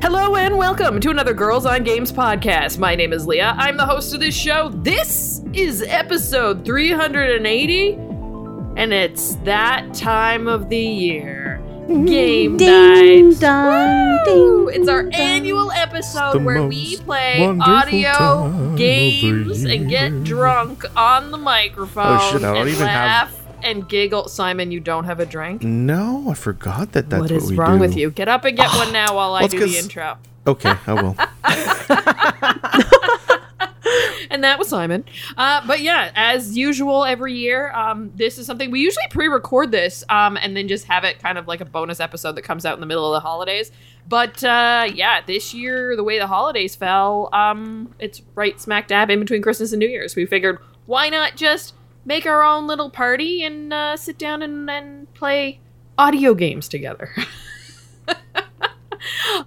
Hello and welcome to another Girls on Games podcast. My name is Leah. I'm the host of this show. This is episode 380, and it's that time of the year. Game Mm-hmm. Ding night. dong, Woo! ding it's our dong. annual the episode where we most play wonderful time audio of the games and get year. drunk on the microphone Oh, shit, I don't and even have- laugh and giggle. Simon, you don't have a drink? No, I forgot that that's what what, is we wrong do. with you? Get up and get one now while I Well, it's do the 'cause- intro. Okay, oh, I will. and that was Simon. Uh, but yeah, as usual every year, um, this is something we usually pre-record this um, and then just have it kind of like a bonus episode that comes out in the middle of the holidays. But uh, yeah, this year the way the holidays fell, um, it's right smack dab in between Christmas and New Year's. We figured why not just make our own little party and uh, sit down and, and play audio games together.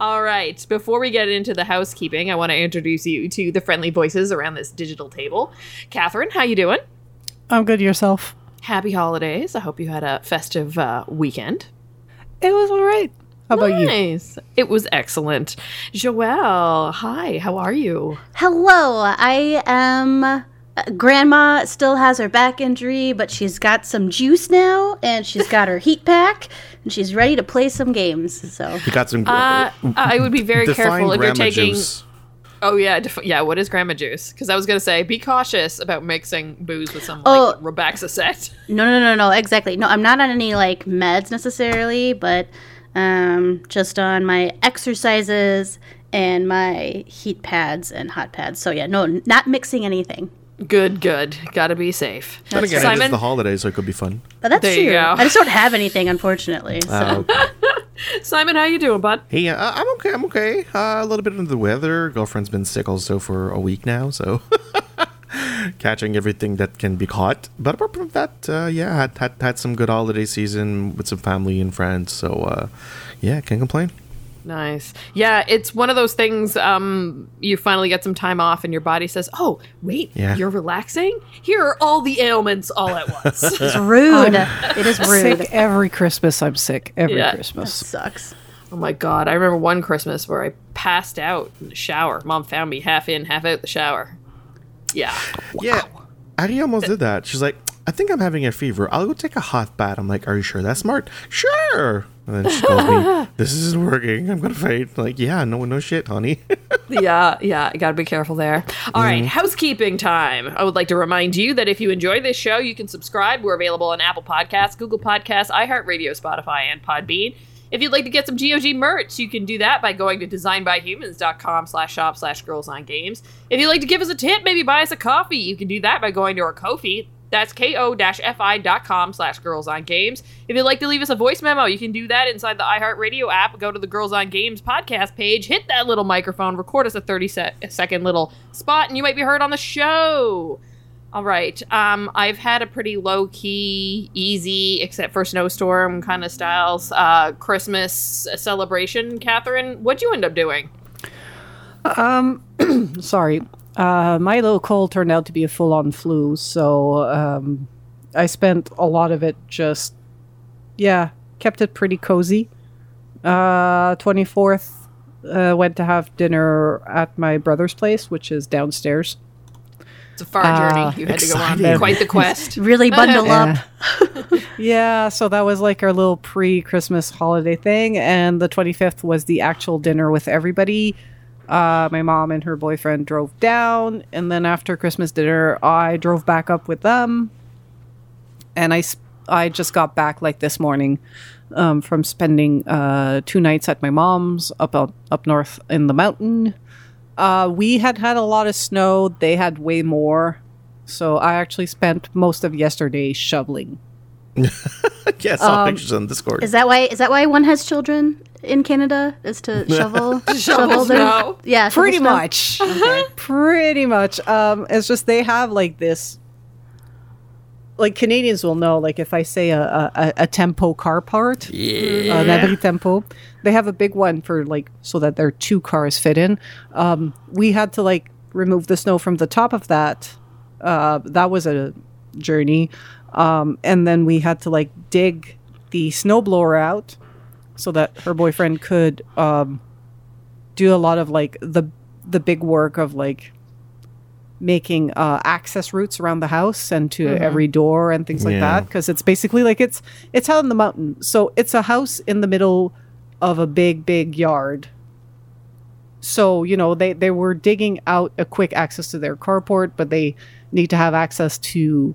All right. Before we get into the housekeeping, I want to introduce you to the friendly voices around this digital table. Catherine, how you doing? I'm good yourself. Happy holidays. I hope you had a festive uh, weekend. It was all right. How about you? nice. It was excellent. Joelle, hi. How are you? Hello, I am. uh, Grandma still has her back injury, but she's got some juice now, and she's got her heat pack, and she's ready to play some games. So You got some. Uh, I would be very define careful if you're grandma taking. juice. Oh yeah, def- yeah. What is grandma juice? Because I was gonna say, be cautious about mixing booze with some like Oh. Robaxaset. no, no, no, no, exactly. No, I'm not on any like meds necessarily, but um, just on my exercises and my heat pads and hot pads. So yeah, no, n- not mixing anything. Good, good. Gotta be safe. Then again, it is Simon, the holidays, so it could be fun. But that's There true. you go. I just don't have anything, unfortunately. So. Uh, okay. Simon, how you doing, bud? hey, uh, I'm okay. I'm okay. Uh, a little bit under the weather. Girlfriend's been sick also for a week now, so catching everything that can be caught. But apart from that, uh, yeah, had, had had some good holiday season with some family and friends. So uh, yeah, can't complain. Nice. Yeah, it's one of those things um you finally get some time off and your body says, "Oh, wait, Yeah. you're relaxing? Here are all the ailments all at once." It's rude. Oh, it is rude. sick every Christmas. I'm sick every Yeah. Christmas. Sucks. oh my god, I remember one Christmas where I passed out in the shower. Mom found me half in, half out the shower. Yeah. Yeah, Ari almost did that. She's like, I think I'm having a fever. I'll go take a hot bath. I'm like, Are you sure that's smart? Sure. And then she told me, This isn't working. I'm gonna faint. Like, yeah, no, no shit, honey. yeah, yeah, got to be careful there. All right, housekeeping time. I would like to remind you that if you enjoy this show, you can subscribe. We're available on Apple Podcasts, Google Podcasts, iHeartRadio, Spotify, and Podbean. If you'd like to get some GOG merch, you can do that by going to designbyhumans.com slash shop slash girls on games. If you'd like to give us a tip, maybe buy us a coffee, you can do that by going to our Ko-fi. That's ko-fi.com slash girls on games. If you'd like to leave us a voice memo, you can do that inside the iHeartRadio app. Go to the Girls on Games podcast page, hit that little microphone, record us a 30 se- second little spot, and you might be heard on the show. All right. Um, I've had a pretty low key, easy, except for snowstorm kind of styles uh, Christmas celebration. Catherine, what'd you end up doing? Sorry. Uh, my little cold turned out to be a full on flu, so um, I spent a lot of it just, yeah, kept it pretty cozy. Uh, 24th, uh, went to have dinner at my brother's place, which is downstairs. It's a far journey you had to go on. exciting. Quite the quest. Really bundle up. Yeah, so that was like our little pre Christmas holiday thing. And the 25th was the actual dinner with everybody. Uh, my mom and her boyfriend drove down. And then after Christmas dinner, I drove back up with them. And I, sp- I just got back like this morning um, from spending uh, two nights at my mom's up, out, up north in the mountain. Uh, we had had a lot of snow, they had way more. So I actually spent most of yesterday shoveling yeah, I saw Um, pictures on Discord. Is that why? Is that why one has children in Canada? Is to shovel Shovel snow. Yeah, shovel pretty snow? much pretty much um it's just they have like this like canadians will know like if i say a a, a- a tempo car part yeah. an abri tempo they have a big one for like so that their two cars fit in um we had to like remove the snow from the top of that uh that was a journey um and then we had to like dig the snow blower out so that her boyfriend could um do a lot of like the the big work of like making uh, access routes around the house and to every door and things like Yeah. that because it's basically like it's it's out in the mountain so it's a house in the middle of a big big yard so you know they they were digging out a quick access to their carport but they need to have access to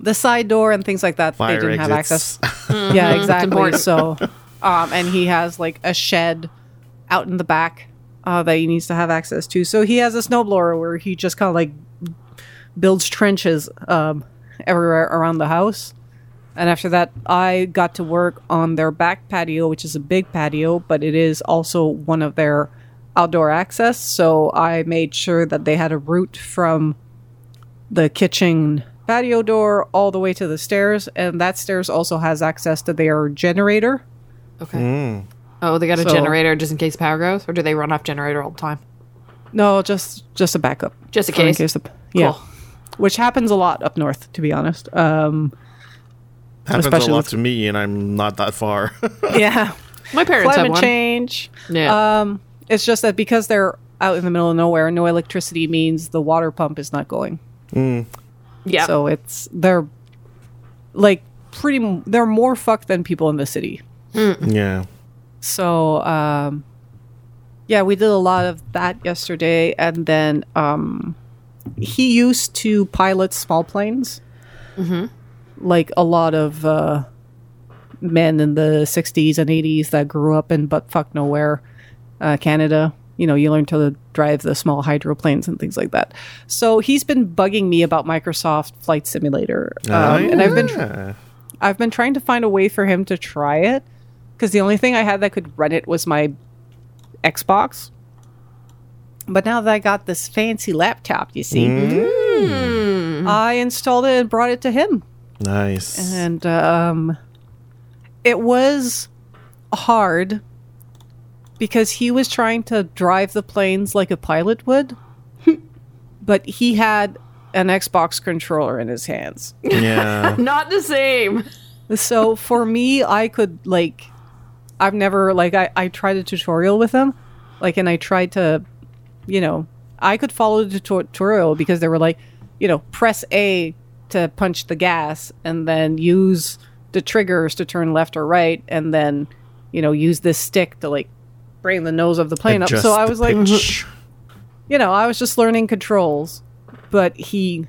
the side door and things like that Fire they didn't exits. have access yeah exactly important. so um and he has like a shed out in the back uh that he needs to have access to so he has a snowblower where he just kind of like builds trenches um everywhere around the house and after that i got to work on their back patio which is a big patio but it is also one of their outdoor access so i made sure that they had a route from the kitchen patio door all the way to the stairs and that stairs also has access to their generator Okay. Oh, they got a Hmm. So- generator just in case power goes, or do they run off generator all the time? no just just a backup Just in For case. the- yeah Cool. which happens a lot up north to be honest um Happens a especially lot with- to me, and I'm not that far. yeah My parents have climate one. change Yeah. um it's just that because they're out in the middle of nowhere no electricity means the water pump is not going yeah. so it's they're like pretty m- they're more fucked than people in the city yeah. So, um, yeah, we did a lot of that yesterday. And then um, he used to pilot small planes, like a lot of uh, men in the 60s and 80s that grew up in butt fuck nowhere, uh, Canada. You know, you learn to drive the small hydroplanes and things like that. So he's been bugging me about Microsoft Flight Simulator, um, Oh, and I've been Yeah. I've been trying to find a way for him to try it because the only thing I had that could run it was my Xbox. But now that I got this fancy laptop, you see, I installed it and brought it to him, Nice. and um, it was hard because he was trying to drive the planes like a pilot would, but he had an Xbox controller in his hands. yeah. Not the same. So for me, I could like, I've never like I I tried a tutorial with them, like, and I tried to, you know, I could follow the tuto- tutorial because they were like, you know, press A to punch the gas, and then use the triggers to turn left or right, and then, you know, use this stick to like bring the nose of the plane up. Adjust So I the was like, pitch. you know, I was just learning controls, but he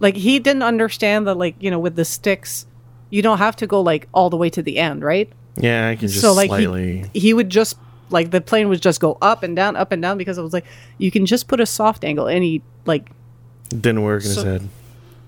like he didn't understand that like, you know, with the sticks, you don't have to go like all the way to the end, right? yeah, I can just so like slightly. he, he would just like the plane would just go up and down, up and down because I was like, you can just put a soft angle and he like Didn't work in his head.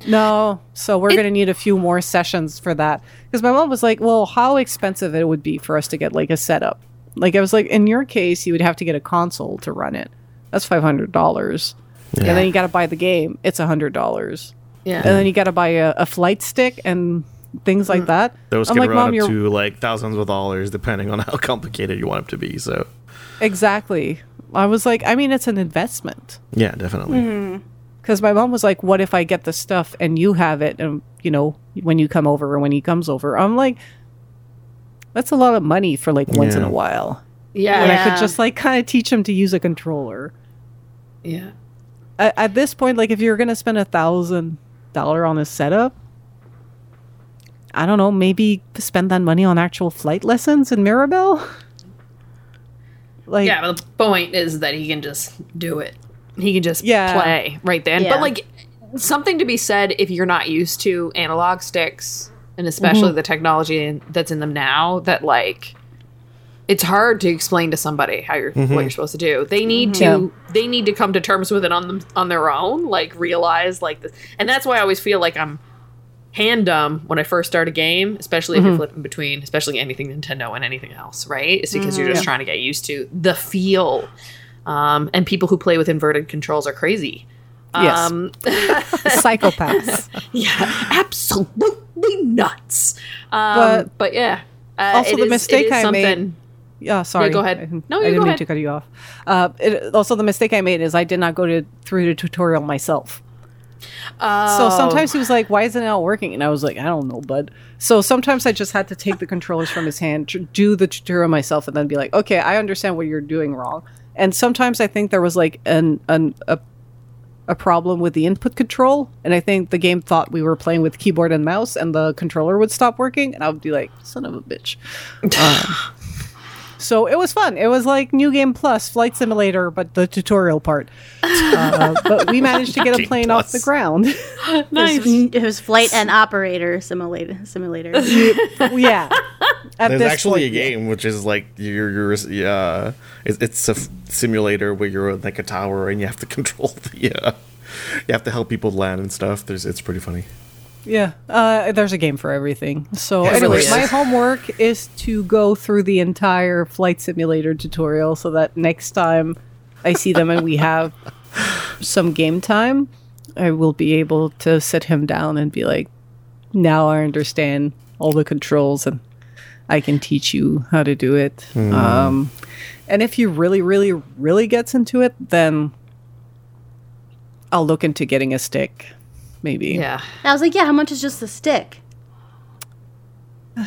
no, so we're gonna need a few more sessions for that. Because my mom was like, Well, how expensive it would be for us to get like a setup. Like I was like, in your case, you would have to get a console to run it. That's five hundred dollars. And then you gotta buy the game, it's a hundred dollars. Yeah. And then you gotta buy a, a flight stick and things like that. Those I'm can like, run Mom, up you're to like thousands of dollars, depending on how complicated you want it to be. So, exactly. I was like, I mean, it's an investment. yeah, definitely. because my mom was like, "What if I get the stuff and you have it, and you know when you come over or when he comes over?" I'm like, "That's a lot of money for like once in Yeah. a while." yeah. And Yeah. I could Yeah. just like kind of teach him to use a controller. At, at this point, like if you're gonna spend a thousand dollar on a setup, I don't know, maybe spend that money on actual flight lessons in Mirabel. like, Yeah, but the point is that he can just do it. He can just Yeah. play right then. Yeah. But like something to be said if you're not used to analog sticks and Mm-hmm. especially the technology in, that's in them now that like it's hard to explain to somebody how you're what you're supposed to do. They need Mm-hmm. to they need to come to terms with it on them on their own, like realize like this. And that's why I always feel like I'm hand dumb when I first start a game, especially if Mm-hmm. you're flipping between, especially anything Nintendo and anything else, right? It's because Mm-hmm. you're just trying to get used to the feel. Um, and people who play with inverted controls are crazy. Yes. Um, Psychopaths. yeah, absolutely nuts. Um, but, But- yeah, uh, Also it the is- it mistake is I made- something- Yeah, sorry. go ahead. I, No, I you didn't go mean ahead. to cut you off. Uh, it, also, the mistake I made is I did not go to through the tutorial myself. So Oh. sometimes he was like, "Why isn't it not working?" And I was like, "I don't know, bud." So sometimes I just had to take the controllers from his hand, tr- do the tutorial myself, and then be like, "Okay, I understand what you're doing wrong." And sometimes I think there was like an an a, a problem with the input control, and I think the game thought we were playing with keyboard and mouse, and the controller would stop working, and I would be like, "Son of a bitch." Um, so it was fun. It was like New Game Plus Flight Simulator, but the tutorial part. Uh, but we managed to get a Game plane off the Plus. ground. It was, it was flight and operator simulator. simulator. yeah. At There's this actually a point, yeah. game which is like you're you're uh, it's, it's a f- simulator where you're in, like a tower and you have to control the uh, you have to help people land and stuff. There's it's pretty funny. Yeah, uh, there's a game for everything. So, Yes, there anyway, is. my homework is to go through the entire flight simulator tutorial so that next time I see them and we have some game time, I will be able to sit him down and be like, "Now I understand all the controls and I can teach you how to do it." Hmm. Um, and if he really, really, really gets into it, then I'll look into getting a stick, maybe. Oh, yeah. I was like, yeah, how much is just the stick?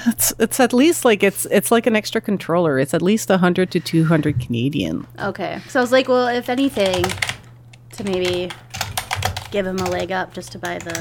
It's, it's at least like it's it's like an extra controller. It's at least 100 to 200 Canadian. Okay. So I was like, well, if anything, to maybe give him a leg up just to buy the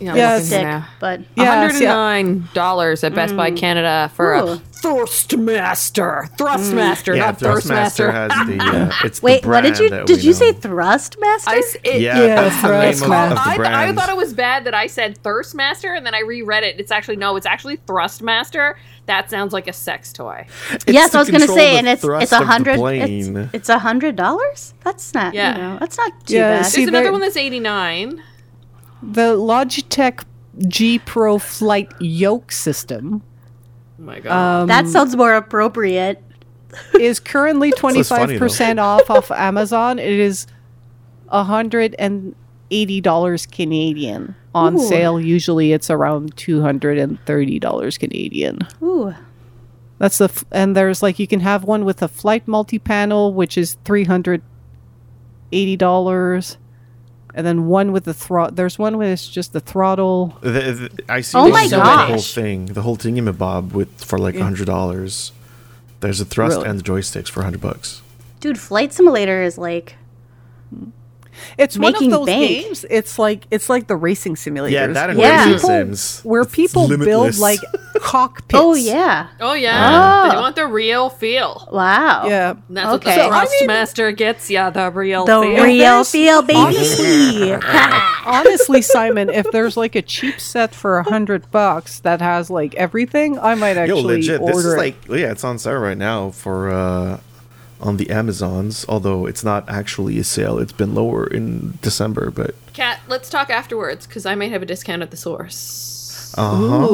Yeah, looking Yeah, it's- stick. now. But Yeah, see, I- $109 at Best Buy Canada for a Ooh. Thrustmaster. Thrustmaster, Yeah, not Thrustmaster. Thrustmaster has the uh, it's the wait, what did you brand that did we you say know. Thrustmaster? I, s- it- yeah, Yeah, that's the name of, Thrustmaster. of the I, th- I brand. thought it was bad that I said Thirstmaster and then I reread it. It's actually, no, it's actually Thrustmaster. That sounds like a sex toy. yes, to I was gonna control say, the and it's thrust it's a of the hundred. plane. It's it's a hundred dollars. That's not Yeah. you know that's not too Yeah, bad. see- There's another there- one that's 89 the Logitech G Pro Flight Yoke system Oh my god. um, that sounds more appropriate. is currently is funny, 25% off off Amazon. It is $180 Canadian on Ooh. sale. Usually it's around $230 Canadian. Ooh, That's the f- and there's like you can have one with a flight multi panel, which is three hundred eighty dollars, and then one with the throttle. There's one with it's just the throttle. The- the- I see. Oh they my sell The whole gosh. thing, the whole thing in a bob with for like a hundred dollars. There's a thrust Really? and the joysticks for hundred bucks. dude, Flight Simulator is like It's Making one of those bank. games. It's like it's like the racing simulators. Yeah, that and Yeah. Racing People- Sims. where It's people build limitless. like cockpits. oh yeah, oh, yeah. Oh. They want the real feel. wow, yeah. And that's Okay. So, what I the mean- Thrustmaster gets ya, the real the feel. real there's- feel, baby. honestly- Honestly, Simon, if there's like a cheap set for a hundred bucks that has like everything, I might Yo, actually legit. order This is it. like yeah, it's on sale right now for uh on the Amazons. Although it's not actually a sale. It's been lower in December, but Kat, let's talk afterwards because I might have a discount at the source. uh-huh.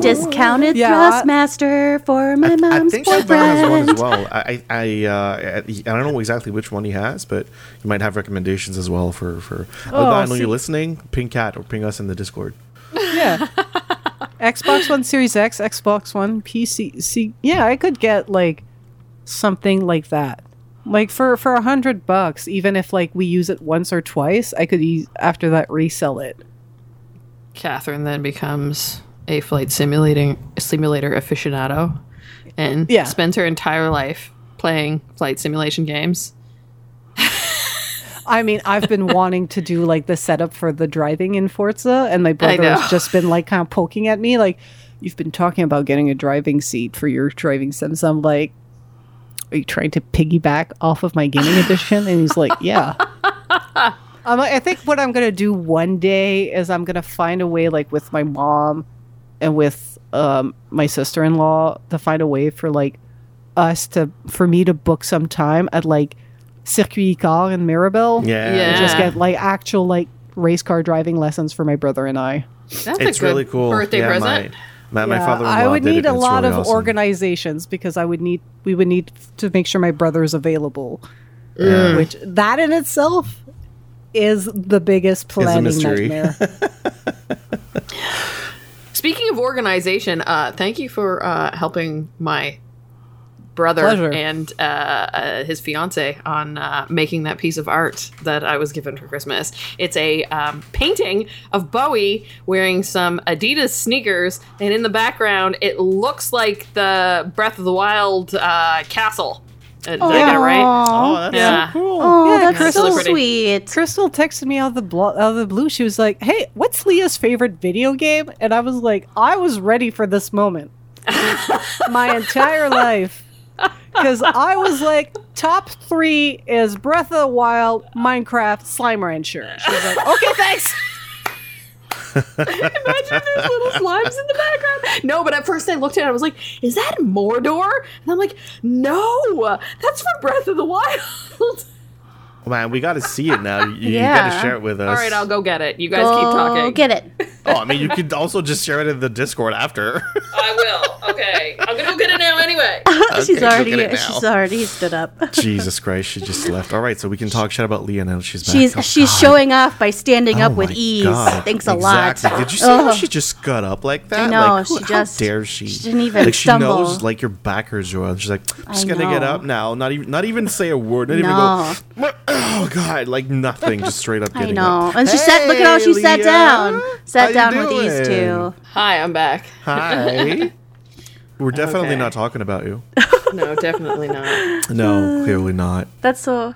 Discounted Yeah. Thrustmaster for my I mom's think Shadowrun has one boyfriend. as well. I I I, uh, I don't know exactly which one he has, but you might have recommendations as well for for. Oh, I know see. you're listening. Ping cat or ping us in the Discord. Yeah. Xbox One Series X, Xbox One PC. See, yeah, I could get like something like that. Like for for a hundred bucks, even if like we use it once or twice, I could e- after that resell it. Catherine then becomes a flight simulating simulator aficionado and Yeah. spends her entire life playing flight simulation games. I mean, I've been wanting to do like the setup for the driving in Forza, and my brother know. has just been like kind of poking at me, like, "You've been talking about getting a driving seat for your driving sims." I'm like, "Are you trying to piggyback off of my gaming edition?" And he's like, "Yeah." I'm like, I think what I'm gonna do one day is I'm gonna find a way, like with my mom and with um, my sister-in-law, to find a way for like us to for me to book some time at like Circuit Car in Mirabel Yeah. Yeah. just get like actual like race car driving lessons for my brother and I. That's it's really cool. birthday yeah, present. My, my, my Yeah, father-in-law I would did need it, a and it's lot really of awesome. organizations because I would need we would need to make sure my brother's available, Yeah. which that in itself is the biggest planning mystery. nightmare. Speaking of organization, uh, thank you for uh, helping my brother Pleasure. and uh, uh, his fiance on uh, making that piece of art that I was given for Christmas. It's a um, painting of Bowie wearing some Adidas sneakers, and in the background, it looks like the Breath of the Wild uh, castle. Uh, Did I get it right? Aw. Oh, that's Yeah. so cool. Oh, Yeah, that's so Crystal. sweet. Crystal texted me out of the blo- out of the blue. She was like, "Hey, what's Leah's favorite video game?" And I was like, "I was ready for this moment my entire life." Because I was like, top three is Breath of the Wild, Minecraft, Slime Rancher. She was like, okay, thanks. Imagine there's little slimes in the background. No, but at first I looked at it, I was like, is that Mordor? And I'm like, no, that's from Breath of the Wild. Man, we got to see it now. You, you got to Yeah. share it with us. All right, I'll go get it. You guys Go keep talking. Oh, get it. Oh, I mean, you could also just share it in the Discord after. I will. Okay. I'm going to go get it now anyway. Okay, she's go already get it now. Oh she's already stood up. Jesus Christ, she just left. All right, so we can talk shit about Leah now. She's back. She's Oh, she's God. showing off by standing Oh up with my ease. God. Thanks a Exactly. lot. Oh, Did you see how Ugh. she just got up like that? know, Like, who- she how just- dare she? she didn't even like, she knows stumble. like your back hurts, Joel. She's like, I'm just I gonna get know. up now. Not even not even say a word. Not No. even go. Oh God, like nothing. Just straight up I getting know. up. And she sat look at how Hey, she sat Leah. down. Sat How down you with ease doing? too. Hi, I'm back. Hi. We're definitely Okay. not talking about you. No, definitely not. No, clearly not. That's so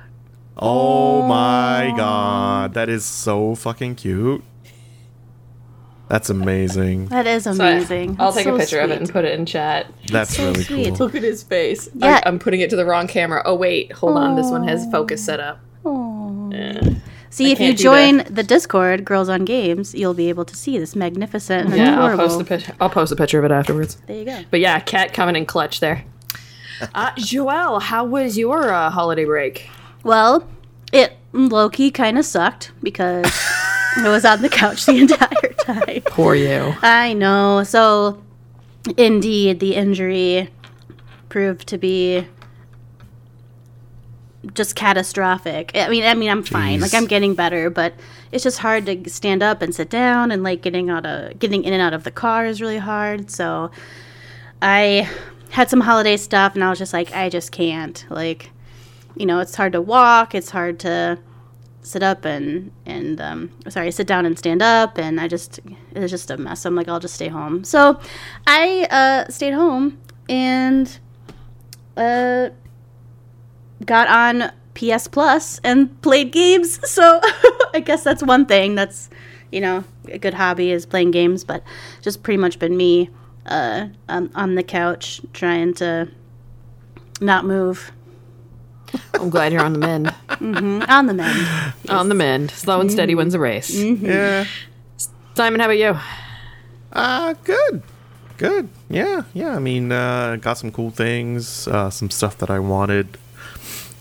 Oh my god, that is so fucking cute. That's amazing. that is So I- amazing. I'll That's take so a picture of it and sweet. put it in chat. That's so really sweet. cool. Look at his face. Yeah. I, am putting it to the wrong camera. Oh, wait. Hold on. This one has focus set up. See if you can't do join the Discord, Girls on Games, you'll be able to see this magnificent and Yeah, I'll adorable. post, the picture. I'll post a picture of it afterwards. there you go. But yeah, cat coming in clutch there. Uh, Joelle, how was your uh, holiday break? Well, it low key kind of sucked because I was on the couch the entire time. Poor you. I know. So, indeed, the injury proved to be just catastrophic. I mean, I mean, I'm fine. Like, Jeez. I'm getting better, but it's just hard to stand up and sit down, and like getting out of getting in and out of the car is really hard. So, I had some holiday stuff, and I was just like, I just can't. Like, you know, it's hard to walk. It's hard to sit up and and um, sorry sit down and stand up and i just it was just a mess i'm like i'll just stay home so i uh, stayed home and uh, got on ps plus and played games so i guess that's one thing that's you know a good hobby is playing games but just pretty much been me uh, um, on the couch trying to not move I'm glad you're on the mend. on the mend on the mend. Slow and steady wins the race. Yeah. Simon, how about you? Uh good. Good. Yeah, yeah. I mean, uh got some cool things, uh some stuff that I wanted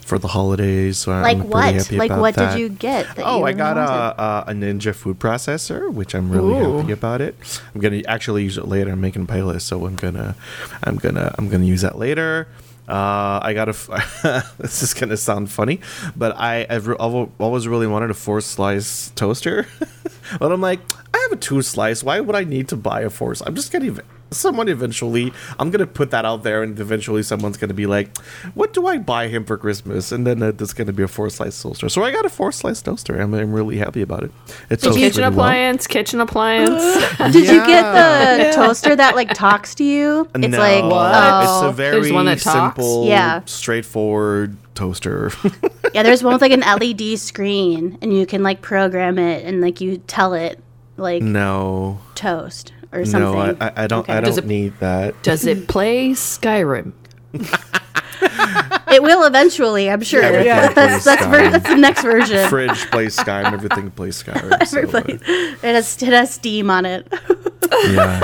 for the holidays. So like I'm pretty what happy like about what that. did you get that Oh, you I really got wanted? a, a, a Ninja food processor, which I'm really happy about it. I'm gonna actually use it later. I'm making a playlist, so I'm gonna, I'm gonna, I'm gonna use that later. Uh, I got a. F- this is gonna sound funny, but I, I've re- I've always really wanted a four slice toaster, but I'm like, I have a two slice. Why would I need to buy a four? slice? I'm just gonna. Ev- someone eventually, I'm gonna put that out there, and eventually someone's gonna be like, "What do I buy him for Christmas?" And then uh, there's gonna be a four slice toaster. So I got a four slice toaster. I'm, I'm really happy about it. It's kitchen appliance, kitchen appliance. Did you get the toaster that like talks to you? It's like it's a oh very one that talks? simple, Yeah. straightforward straightforward toaster. yeah, there's one with like an LED screen and you can like program it and like you tell it like no, toast or something. Mm. no, I, I- I don't. I Does don't it- need that. Does it play Skyrim? It will eventually, I'm sure. Everything that's plays that's, ver- Skyrim. that's the next version. Fridge plays Skyrim. Everything plays Skyrim. so, uh, Everybody, it has it has steam on it. yeah.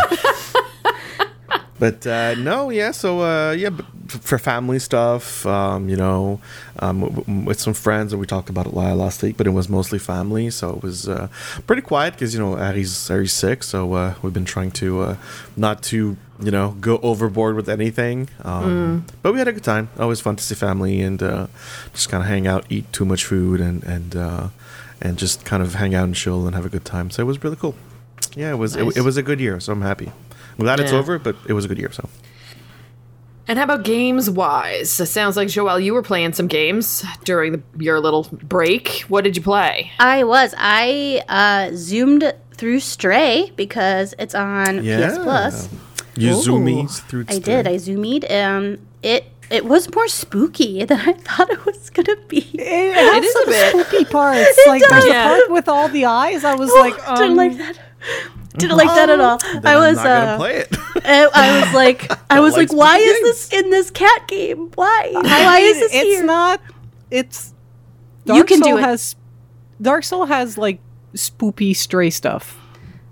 but uh, no, yeah. So uh, yeah, b- f- for family stuff, um, you know, um, w- w- with some friends, and we talked about it la- last week, but it was mostly family, so it was uh, pretty quiet because you know Ari's Ari's sick, so uh, we've been trying to uh, not to you know go overboard with anything. Um, But we had a good time. Always fun to see family and uh, just kind of hang out, eat too much food, and and uh, and just kind of hang out and chill and have a good time. So it was really cool. Yeah, it was Nice. it, it was a good year, so I'm happy. I'm glad it's Yeah. over, but it was a good year. So And how about games wise? It sounds like Joelle, you were playing some games during the, your little break. What did you play? I was. I uh, zoomed through Stray because it's on PS Plus. You Ooh. zoomies through. I did. I zoomed. Um, it it was more spooky than I thought it was gonna be. It, has is a some bit. spooky parts. like there's Yeah. a part with all the eyes. I was like, um, Didn't like that. Didn't like that at all. I am was. um, not gonna uh, play it. I, I was like, I was like like, why spooky is this in this cat game? Why? Why is this it's here? not. It's Dark You can Soul do it. has Dark Soul has like spoopy stray stuff.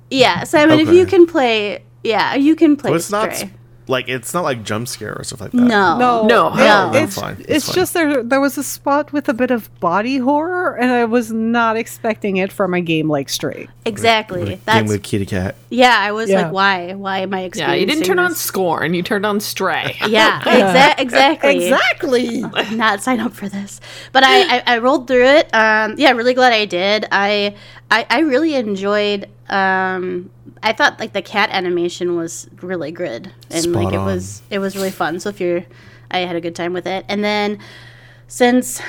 yeah, Simon. If Okay. you can play, yeah, you can play. Well, it's not Stray. s- like it's not like jump scare or stuff like that. No. No, No, it- no, it's, that's fine, that's it's fine. just there. There was a spot with a bit of body horror, and I was not expecting it from a game like Stray. Exactly. With a game That's with a kitty cat. yeah. I was Yeah. like, why? Why am I Yeah, experiencing? you didn't turn on this? Scorn. You turned on Stray. Yeah, exa- exactly. Exactly. Not sign up for this, but I, I, I rolled through it. Um, yeah, really glad I did. I I, I really enjoyed. Um, I thought like the cat animation was really good, and like Spot it was it was really fun. So if you're, I had a good time with it. And then since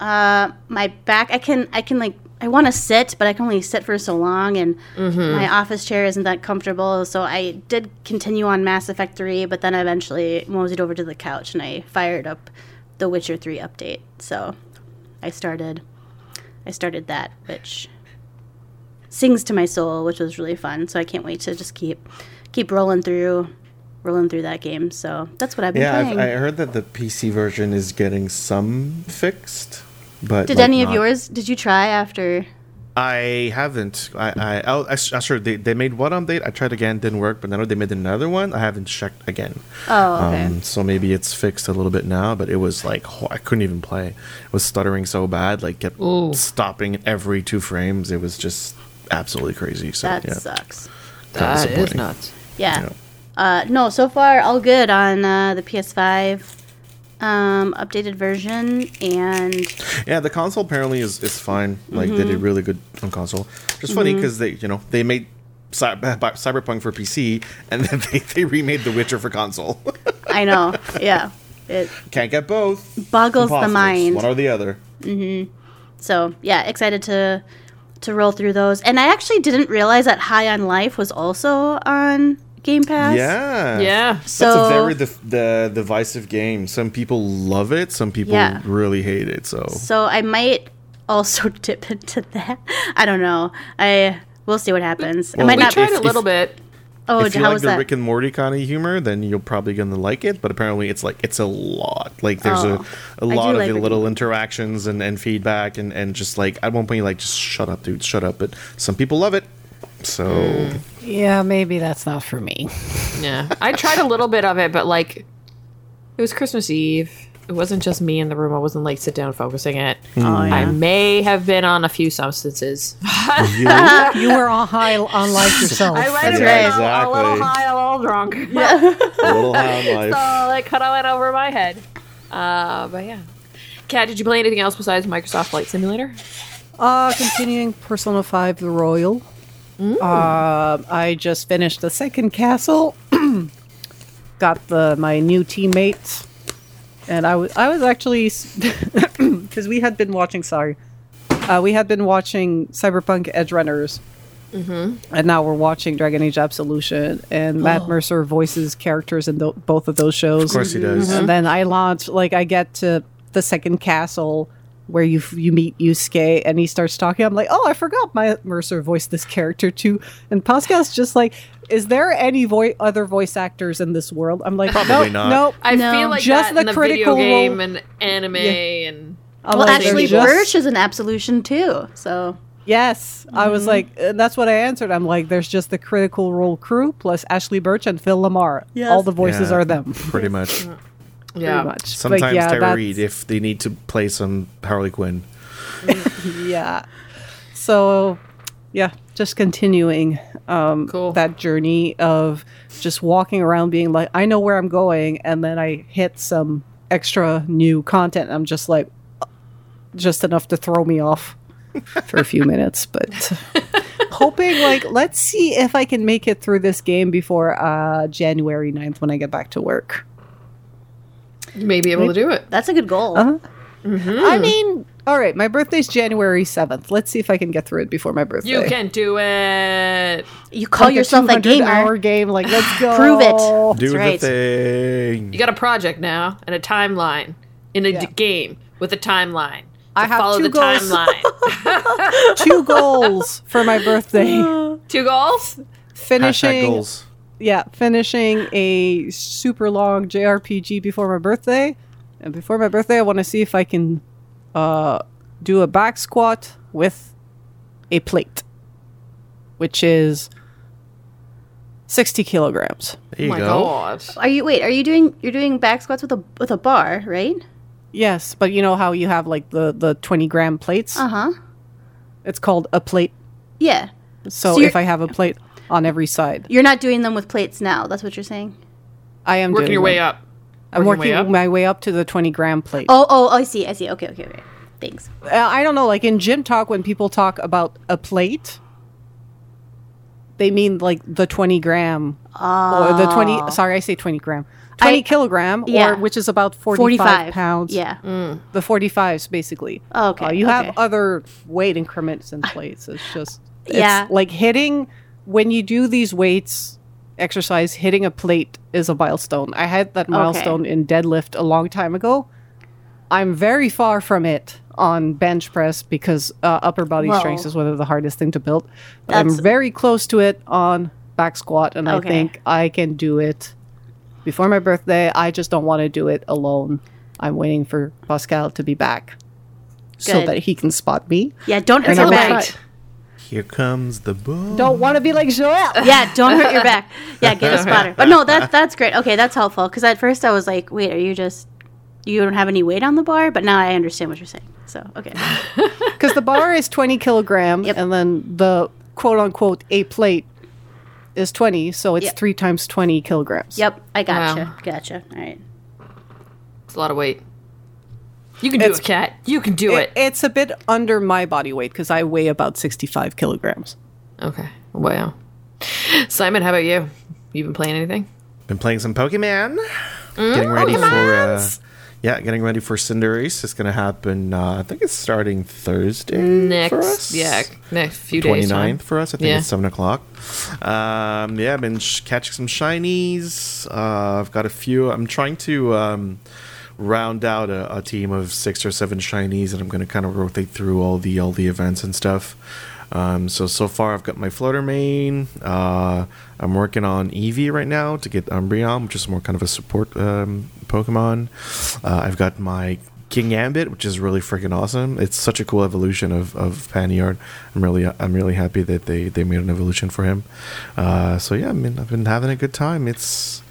uh, my back, I can I can like I want to sit, but I can only sit for so long, and my office chair isn't that comfortable. So I did continue on Mass Effect Three, but then eventually moseyed over to the couch and I fired up the Witcher Three update. So I started I started that, which sings to my soul, which was really fun. So I can't wait to just keep keep rolling through rolling through that game. So that's what I've been Yeah, I've, playing. I heard that the PC version is getting some fixed, but did like, any of not- yours? Did you try after? I haven't. I I oh, I, s- I sure they, they made one update. I tried again, didn't work. But now they made another one. I haven't checked again. Oh, okay. Um, so maybe it's fixed a little bit now, but it was like ho I couldn't even play. It was stuttering so bad, like kept stopping every two frames. It was just absolutely crazy. So that yeah, sucks. kinda disappointing. nuts. Yeah. Yeah. Uh, no, so far all good on uh, the PS5 um, updated version, and Yeah, the console apparently is, is fine. Like they Mm-hmm. did really good on console. Just funny because they you know they made Cy- b- b- Cyberpunk for PC and then they, they remade The Witcher for console. I know, yeah, it Can't get both. boggles Impossible. the It's mind. One or the other. So yeah, excited to to roll through those. And I actually didn't realize that High on Life was also on Game Pass. Yeah. Yeah. That's So- a very dif- the divisive game. Some people love it. Some people Yeah. really hate it. So So I might also dip into that. I don't know. I we'll see what happens. I Well, might We not. tried if- a little if- bit. oh, if you how like was the that? Rick and Morty kind of humor, then you're probably gonna like it. But apparently, it's like it's a lot. Like there's Oh. a, a I lot do of like the Rick little and- interactions and, and feedback and, and just like at one point you're like just shut up, dude, shut up. But some people love it. So Yeah, maybe that's not for me. Yeah. I tried a little bit of it, but like it was Christmas Eve. It wasn't just me in the room. I wasn't like sit down focusing it. Hmm. Oh, I may have been on a few substances. You were on high on life yourself. I might have That's been right. a, a little Exactly. high, a little drunk. a little high on life. so it kind of went over my head. Uh, but yeah. Kat, did you play anything else besides Microsoft Flight Simulator? Uh, continuing Persona 5 The Royal. Um, I just finished the second castle. Got the my new teammates. And I was I was actually because we had been watching sorry. Uh, we had been watching Cyberpunk Edge Runners. And now we're watching Dragon Age Absolution and Matt Mercer voices characters in tho- both of those shows. Of course he does. And then I launch like I get to the second castle where you you meet Yusuke and he starts talking. I'm like, oh, I forgot my Mercer voiced this character too. And Pascal's just like, is there any vo- other voice actors in this world? I'm like, Probably nope, not. nope. I No. feel like Just that the in the critical video game role- and anime and I'm well, like, they're actually, just- Birch is an absolution too. So Yes, I Mm-hmm. was like, uh, that's what I answered. I'm like, there's just the Critical Role crew plus Ashley Birch and Phil Lamar. Yes. All the voices Yeah, are them. Pretty much. Yeah. pretty much. Sometimes but yeah, Tara that's- Reid if they need to play some Harley Quinn. yeah. So, yeah, just continuing um, Cool. that journey of just walking around being like, I know where I'm going. And then I hit some extra new content. and I'm just like, just enough to throw me off for a few minutes. But hoping, like, let's see if I can make it through this game before uh, January 9th when I get back to work. You may be able to do it. That's a good goal. Hmm. I mean, all right, my birthday's January 7th. Let's see if I can get through it before my birthday. You can do it. You call like yourself a 200 gamer. Hour game, like let's go. Prove it. Do right. the thing. You got a project now and a timeline in a d- Yeah. game with a timeline. I So have follow two the goals. timeline. Two goals for my birthday. Two goals? Hashtag finishing, goals. yeah, finishing a super long JRPG before my birthday, and before my birthday, I want to see if I can uh, do a back squat with a plate, which is sixty kilograms. There you Oh my go. god. Are you wait? Are you doing? You're doing back squats with a with a bar, right? Yes, but you know how you have like the the twenty gram plates. Uh huh. It's called a plate. Yeah. So, So you're- if I have a plate on every side, You're not doing them with plates now. That's what you're saying. I am Working doing your way them. up. I'm Working working your way up? my way up to the 20 gram plate. Oh, oh, I see. I see. Okay, okay, okay. Thanks. Uh, I don't know. Like in gym talk, when people talk about a plate, they mean like the 20 gram or the 20. Sorry, I say 20 gram. 20 I- kilogram, Ah. yeah. or which is about 45, pounds. Yeah. The 45s, basically. Oh, okay, Uh, you have okay. other weight increments in place. It's just. It's Yeah. Like hitting, when you do these weights exercise, hitting a plate is a milestone. I had that milestone in deadlift a long time ago. I'm very far from it on bench press because uh, upper body Whoa. strength is one of the hardest thing to build. But I'm That's- very close to it on back squat, and Okay. I think I can do it before my birthday. I just don't want to do it alone. I'm waiting for Pascal to be back so Good. that he can spot me. Yeah. Don't hurt And your I'm back. gonna try- Here comes the boom. Don't want to be like Joel. Yeah. Don't hurt your back. Yeah. Get a spotter. But no, that that's great. Okay, that's helpful. Because at first I was like, wait, are you just you don't have any weight on the bar? But now I understand what you're saying. So okay. because the bar is 20 kilograms and then the quote unquote a plate is 20 so it's Yep. three times 20 kilograms Yep. I gotcha. Wow. Gotcha. All right. It's a lot of weight. You can do It's- it, Kat. You can do It- it. it's a bit under my body weight because i weigh about 65 kilograms Okay. Wow. Simon, how about you? You been playing anything? Been playing some Pokemon. Mm, getting ready for uh, yeah, getting ready for Cinderace. It's gonna happen. Uh, I think it's starting Thursday for Next. us. Yeah. Next few days. 29th time. for us. I think Yeah. it's 7 o'clock. Um, yeah, I've been sh- catching some shinies. Uh, I've got a few. I'm trying to um, round out a, a team of six or seven shinies, and I'm going to kind of rotate through all the all the events and stuff. Um, so so far, I've got my Flutter main. Uh, I'm working on Eevee right now to get Umbreon, which is more kind of a support um, Pokemon. Uh, I've got my King Ambit, which is really freaking awesome. It's such a cool evolution of, of Panyard. I'm really I'm really happy that they, they made an evolution for him. Uh, so yeah, I mean I've been having a good time. It's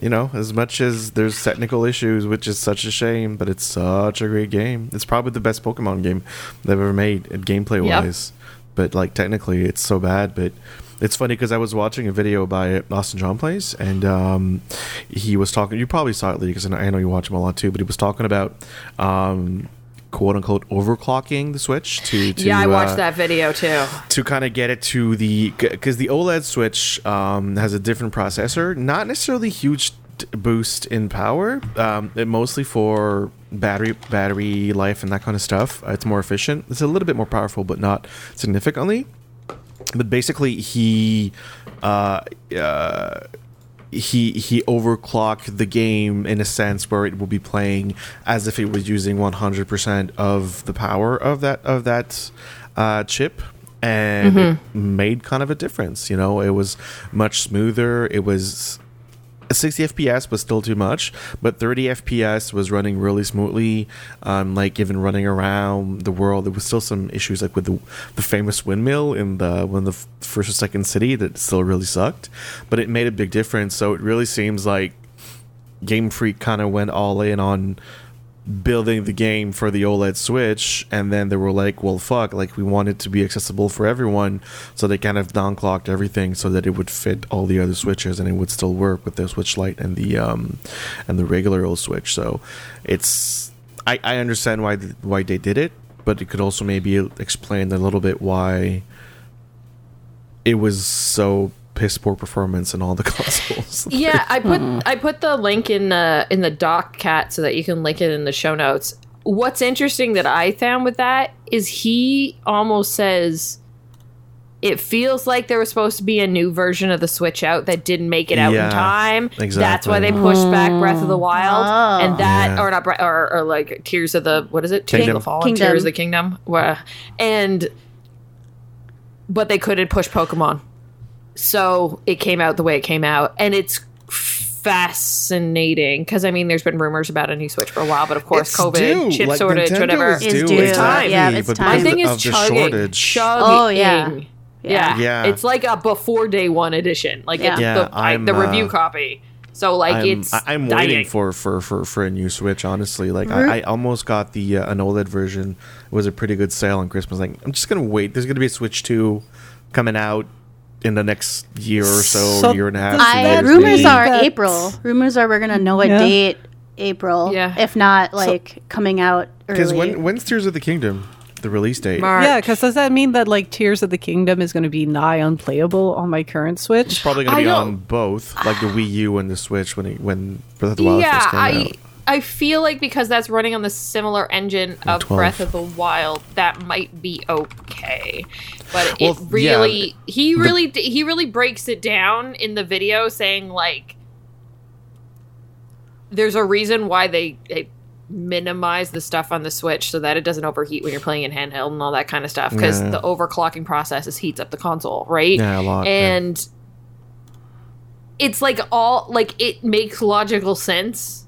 you know as much as there's technical issues, which is such a shame, but it's such a great game. It's probably the best Pokemon game they've ever made, gameplay wise. But like technically, it's so bad. But it's funny because I was watching a video by Austin John Plays, and um, he was talking. You probably saw it, Lee, because I know- I know you watch him a lot too. But he was talking about um, quote unquote overclocking the Switch to, to yeah, I watched uh, that video too. to kind of get it to the because the OLED Switch um, has a different processor, not necessarily huge t- boost in power, um, it mostly for battery battery life and that kind of stuff. Uh, It's more efficient. It's a little bit more powerful, but not significantly. But basically, he. Uh, uh, he he overclocked the game in a sense where it will be playing as if it was using 100% of the power of that of that uh, chip and it made kind of a difference you know it was much smoother it was 60 FPS was still too much, but 30 FPS was running really smoothly. Um, like even running around the world, there was still some issues, like with the, the famous windmill in the one of the f- first or second city that still really sucked, but it made a big difference. So it really seems like Game Freak kind of went all in on building the game for the OLED Switch, and then they were like, "Well, fuck! Like we want it to be accessible for everyone," so they kind of downclocked everything so that it would fit all the other Switches and it would still work with the Switch Lite and the um and the regular old Switch. So it's I, I understand why th- why they did it, but it could also maybe explain a little bit why it was so piss poor performance in all the consoles. Yeah, I put Hmm. I put the link in uh, in the doc cat so that you can link it in the show notes. What's interesting that I found with that is he almost says it feels like there was supposed to be a new version of the Switch out that didn't make it out Yeah, in time. That's why exactly. they pushed back Breath of the Wild Oh. and that Yeah. or not Bre- or, or like Tears of the what is it? Tears Kingdom. of the Fallen, Kingdom. Tears of the Kingdom. Wha- And but they couldn't push Pokemon. So it came out the way it came out. And it's fascinating because I mean, there's been rumors about a new Switch for a while, but of course, It's COVID, due, chip like, shortage, Nintendo whatever. is It's due, due. It's time. Yeah, exactly, it's but time. My because thing is of the chugging. shortage. Chugging. Oh, yeah. Yeah. Yeah. Yeah. It's like a before day one edition. Like Yeah. it's Yeah, the, I, I'm, the uh, review copy. So, like, I'm, it's. I- I'm dying. waiting for, for, for, for a new Switch. Honestly, like Mm-hmm. I, I almost got the uh, an OLED version. It was a pretty good sale on Christmas. Like I'm just gonna wait. There's gonna be a Switch two coming out in the next year or so, So year and a half. does two I that years, rumors mean maybe. are that's- April. Rumors are we're gonna know a Yeah. date April. Yeah. If not like coming out because early. when when's Tears of the Kingdom? The release date. March. Yeah, because does that mean that like Tears of the Kingdom is going to be nigh unplayable on my current Switch? Probably gonna I be don't- on both, like Ah. the Wii U and the Switch when it, when Breath of the Wild first came I, out. I feel like because that's running on the similar engine of 12. Breath of the Wild, that might be okay. But Well, it yeah, really, he really, d he really breaks it down in the video, saying like, there's a reason why they, they minimize the stuff on the Switch so that it doesn't overheat when you're playing in handheld and all that kind of stuff because Yeah. the overclocking process is heats up the console, right? Yeah, a lot, yeah. And it's like all like it makes logical sense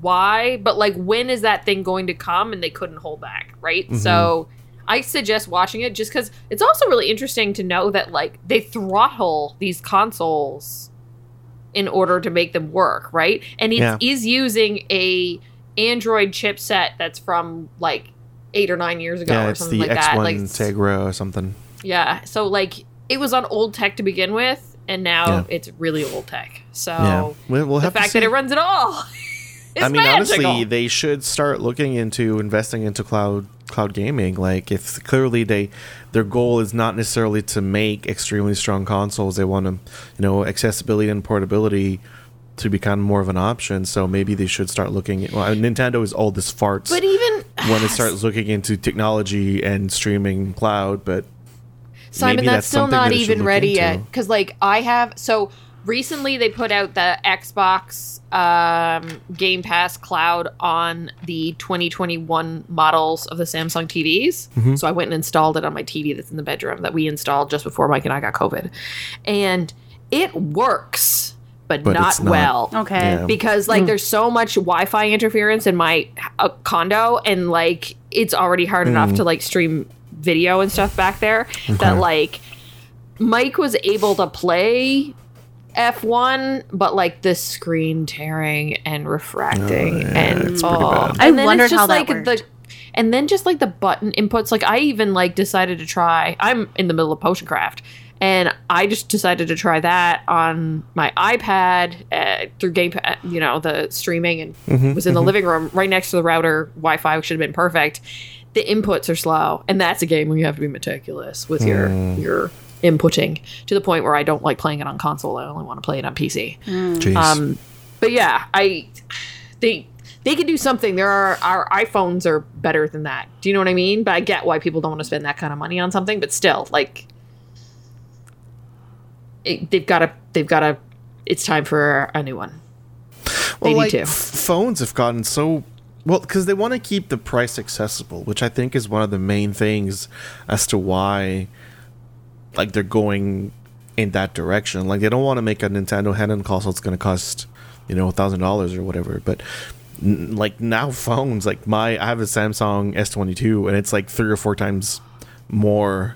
why but like when is that thing going to come and they couldn't hold back right Mm-hmm. so i suggest watching it just because it's also really interesting to know that like they throttle these consoles in order to make them work right and it is Yeah. using a android chipset that's from like eight or nine years ago Yeah, or it's something the like X1 that like Tegra or something. yeah. So like it was on old tech to begin with, and now Yeah. it's really old tech. So Yeah. We'll- we'll Oh, the have to fact that see. it runs at all. Is I mean, magical. honestly, they should start looking into investing into cloud cloud gaming. Like, if clearly they their goal is not necessarily to make extremely strong consoles, they want to, you know, accessibility and portability to become more of an option. So maybe they should start looking. At, well, Nintendo is all this farts but even when it starts looking into technology and streaming cloud. But Simon, Maybe that's, that's still something not that it should even look ready into. yet. Because like I have so recently they put out the Xbox um, Game Pass Cloud on the 2021 models of the Samsung TVs. Mm-hmm. So I went and installed it on my TV that's in the bedroom that we installed just before Mike and I got COVID, and it works, but, But not, it's not- well okay. Yeah. because Hmm. like there's so much Wi-Fi interference in my uh, condo, and like it's already hard Hmm. enough to like stream video and stuff back there that like Mike was able to play F1, but like the screen tearing and refracting and oh, bad. and I then it's wondered just how that like the. worked. And then just like the button inputs, like I even like decided to try. I'm in the middle of potion craft, and I just decided to try that on my iPad uh, through game, pa- you know, the streaming, and was in the living room right next to the router. Wi-Fi which should have been perfect. The inputs are slow, and that's a game where you have to be meticulous with your your inputting to the point where I don't like playing it on console. I only want to play it on PC. jeez. Um, but yeah, I they they can do something. There are our iPhones are better than that. Do you know what I mean? But I get why people don't want to spend that kind of money on something. But still, like it, they've got to they've got to. It's time for a new one. They need to. f- Phones have gotten so well because they want to keep the price accessible, which I think is one of the main things as to why like they're going in that direction. Like they don't want to make a Nintendo hand-on console that's going to cost you know a thousand dollars or whatever, but. n- Like now, phones like my I have a Samsung S twenty two and it's like three or four times more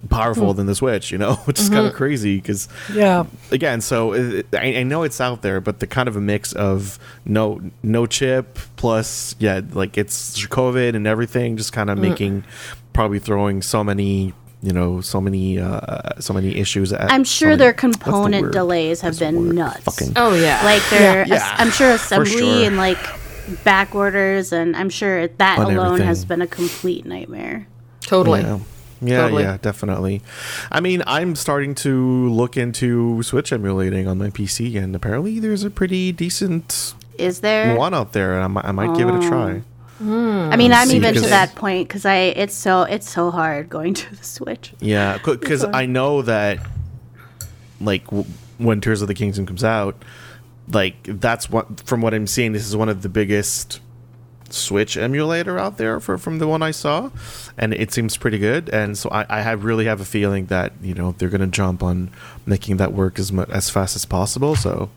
Hmm. powerful than the Switch, you know, which Mm-hmm. is kind of crazy because Yeah. again, so it, I, I know it's out there, but the kind of a mix of no no chip plus yeah, like it's COVID and everything, just kind of Mm. making probably throwing so many you know so many uh so many issues. At, I'm so sure many- their what's the component word? delays have What's the word? been nuts. Fucking Oh yeah. Like their, Yeah. ass- Yeah. I'm sure assembly sure. and like back orders, and I'm sure that On alone has everything. been a complete nightmare. totally. Yeah. Yeah, Totally. yeah, definitely. I mean, I'm starting to look into Switch emulating on my PC, and apparently there's a pretty decent Is there? one out there, and I might, I might give it a Um, try. I mean, I'm See, even to because- that point because I it's so it's so hard going to the Switch. Yeah, because I know that, like, w- when Tears of the Kingdom comes out, like that's what from what I'm seeing, this is one of the biggest Switch emulator out there for from the one I saw, and it seems pretty good. And so I, I have really have a feeling that you know they're gonna jump on making that work as mu- as fast as possible. So.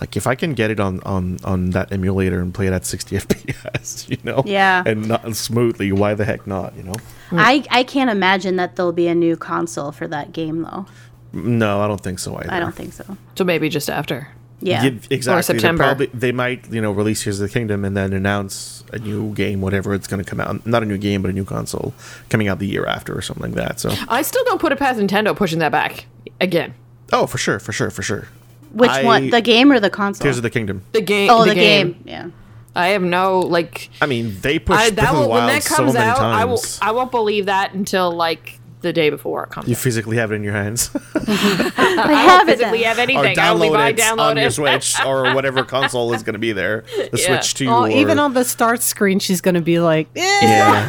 Like if I can get it on, on, on that emulator and play it at 60 FPS, you know, Yeah. and not smoothly, why the heck not, you know? I I can't imagine that there'll be a new console for that game though. No, I don't think so either. I don't think so. So maybe just after. Yeah. Yeah, exactly. They September. Probably, they might, you know, release Tears of the Kingdom and then announce a new game, whatever it's going to come out. Not a new game, but a new console coming out the year after or something like that. So, I still don't put it past Nintendo pushing that back again. oh, for sure, for sure, for sure. Which I- one? The game or the console? Tears of the Kingdom. The game. oh, the, game. Yeah. I have no like. I mean, they pushed I, Breath that of the will, when Wild that so comes many out, times. I will. I won't believe that until like the day before it comes. you out. physically have it in your hands, I, I have it. physically then. have or anything. I only download buy it download on your it. Switch or whatever console is going to be there. The Yeah. Switch Two, Oh, or, even on the start screen, she's going to be like, eh. yeah,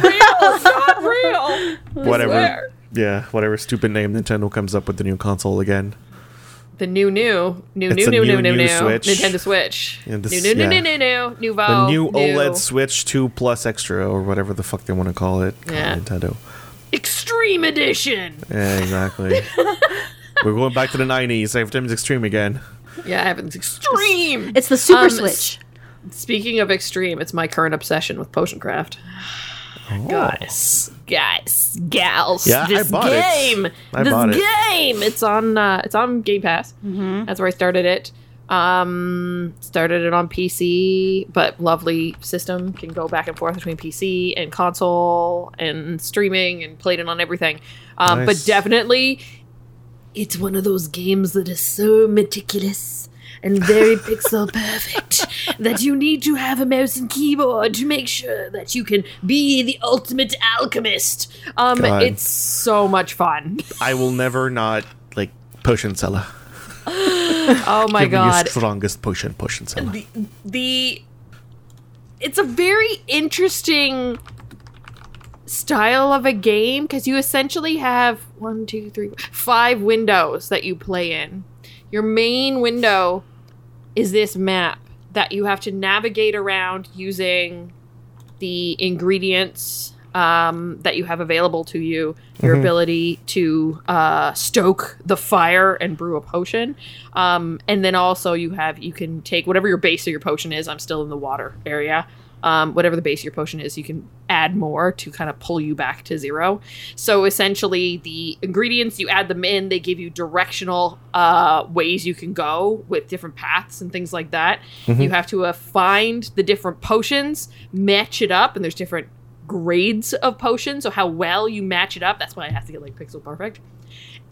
real. It's not real. whatever, swear. yeah, whatever stupid name Nintendo comes up with the new console again. The new, new, new, It's new, a new, new, new, new, new new Switch. Nintendo Switch. Yeah, this- new, new, new, yeah. new, new, Oh, new, the Vo, new, OLED Switch 2 Plus Extra or whatever the fuck they want to call it. God, Yeah. Nintendo. Extreme Edition. Yeah, exactly. We're going back to the 90s. Everything's extreme again. Yeah, I haven't. Extreme. It's the Super Um, Switch. Speaking of extreme, it's my current obsession with potion craft. Guys, guys, gals, Oh. Yeah, I this bought it. game, I this bought it. game. It's on, uh, it's on Game Pass. That's where I started it. Um, started it on PC, but lovely system can go back and forth between PC and console and streaming and played it on everything. Um, Nice. But definitely, it's one of those games that is so meticulous and very pixel perfect that you need to have a mouse and keyboard to make sure that you can be the ultimate alchemist. Um, God. it's so much fun. I will never not, like, potion seller. Oh my Give me your god. strongest potion, potion seller. the it's a very interesting style of a game because you essentially have one two three five windows that you play in your main window is this map that you have to navigate around using the ingredients um, that you have available to you, your ability to uh, stoke the fire and brew a potion, um, and then also you have you can take whatever your base of your potion is. I'm still in the water area. Um, whatever the base of your potion is, you can add more to kind of pull you back to zero. So essentially, the ingredients you add them in, they give you directional uh, ways you can go with different paths and things like that. You have to uh, find the different potions, match it up, and there's different grades of potions. So how well you match it up, that's why it has to get like pixel perfect,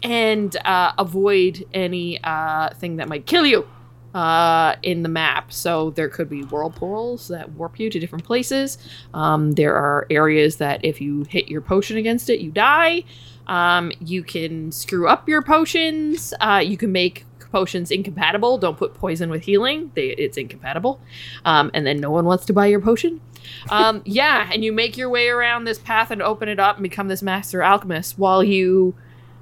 and uh, avoid any uh, thing that might kill you uh, in the map. So there could be whirlpools that warp you to different places. Um, there are areas that if you hit your potion against it, you die. Um, you can screw up your potions. Uh, you can make potions incompatible. Don't put poison with healing; they, it's incompatible. Um, and then no one wants to buy your potion. Um, yeah, and you make your way around this path and open it up and become this master alchemist while you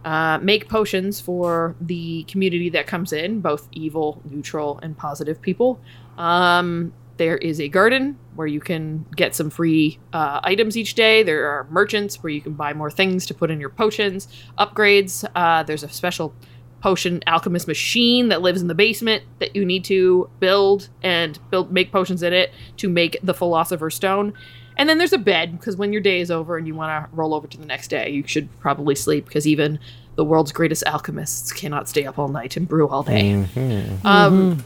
uh, make potions for the community that comes in, both evil, neutral, and positive people. Um, there is a garden where you can get some free uh, items each day. There are merchants where you can buy more things to put in your potions, upgrades. Uh, there's a special potion alchemist machine that lives in the basement that you need to build and build make potions in it to make the philosopher's stone. And then there's a bed because when your day is over and you want to roll over to the next day, you should probably sleep because even the world's greatest alchemists cannot stay up all night and brew all day. Um,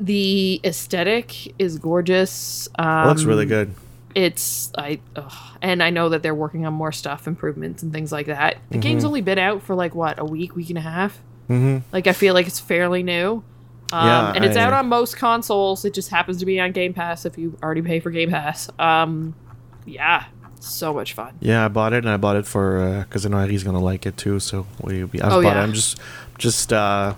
The aesthetic is gorgeous. Um, It looks really good. it's I ugh. and I know that they're working on more stuff, improvements and things like that. The Mm-hmm. game's only been out for like what a week, week and a half. Mm-hmm. Mhm. Like I feel like it's fairly new, um, Uh, Yeah, and it's I- out on most consoles. It just happens to be on Game Pass if you already pay for Game Pass. Um, yeah, so much fun. Yeah, I bought it, and I bought it for because I know Harry's gonna like it too. So we, we I've Oh, bought yeah. it. I'm just just uh,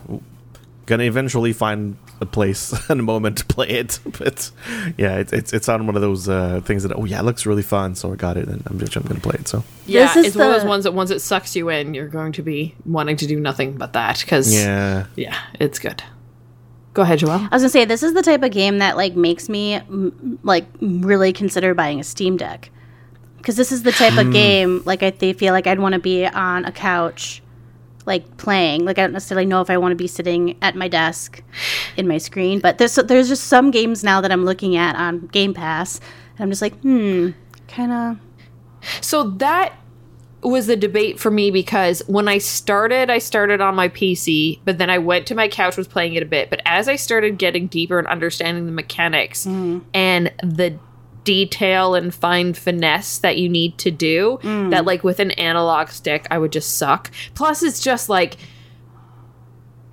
gonna eventually find a place and a moment to play it. But yeah, it's it's it's on one of those uh, things that oh yeah, it looks really fun. So I got it, and I'm just I'm gonna play it. So Yeah, This is it's one of those the- ones that once it sucks you in, you're going to be wanting to do nothing but that because yeah, yeah, it's good. Go ahead, Joelle. I was gonna say this is the type of game that like makes me m- like really consider buying a Steam Deck because this is the type Hmm. of game like I they feel like I'd want to be on a couch like playing like I don't necessarily know if I want to be sitting at my desk in my screen but there's there's just some games now that I'm looking at on Game Pass and I'm just like hmm kind of So that was the debate for me because when I started, I started on my PC, but then I went to my couch, was playing it a bit. But as I started getting deeper and understanding the mechanics and the detail and fine finesse that you need to do, that like with an analog stick, I would just suck. Plus, it's just like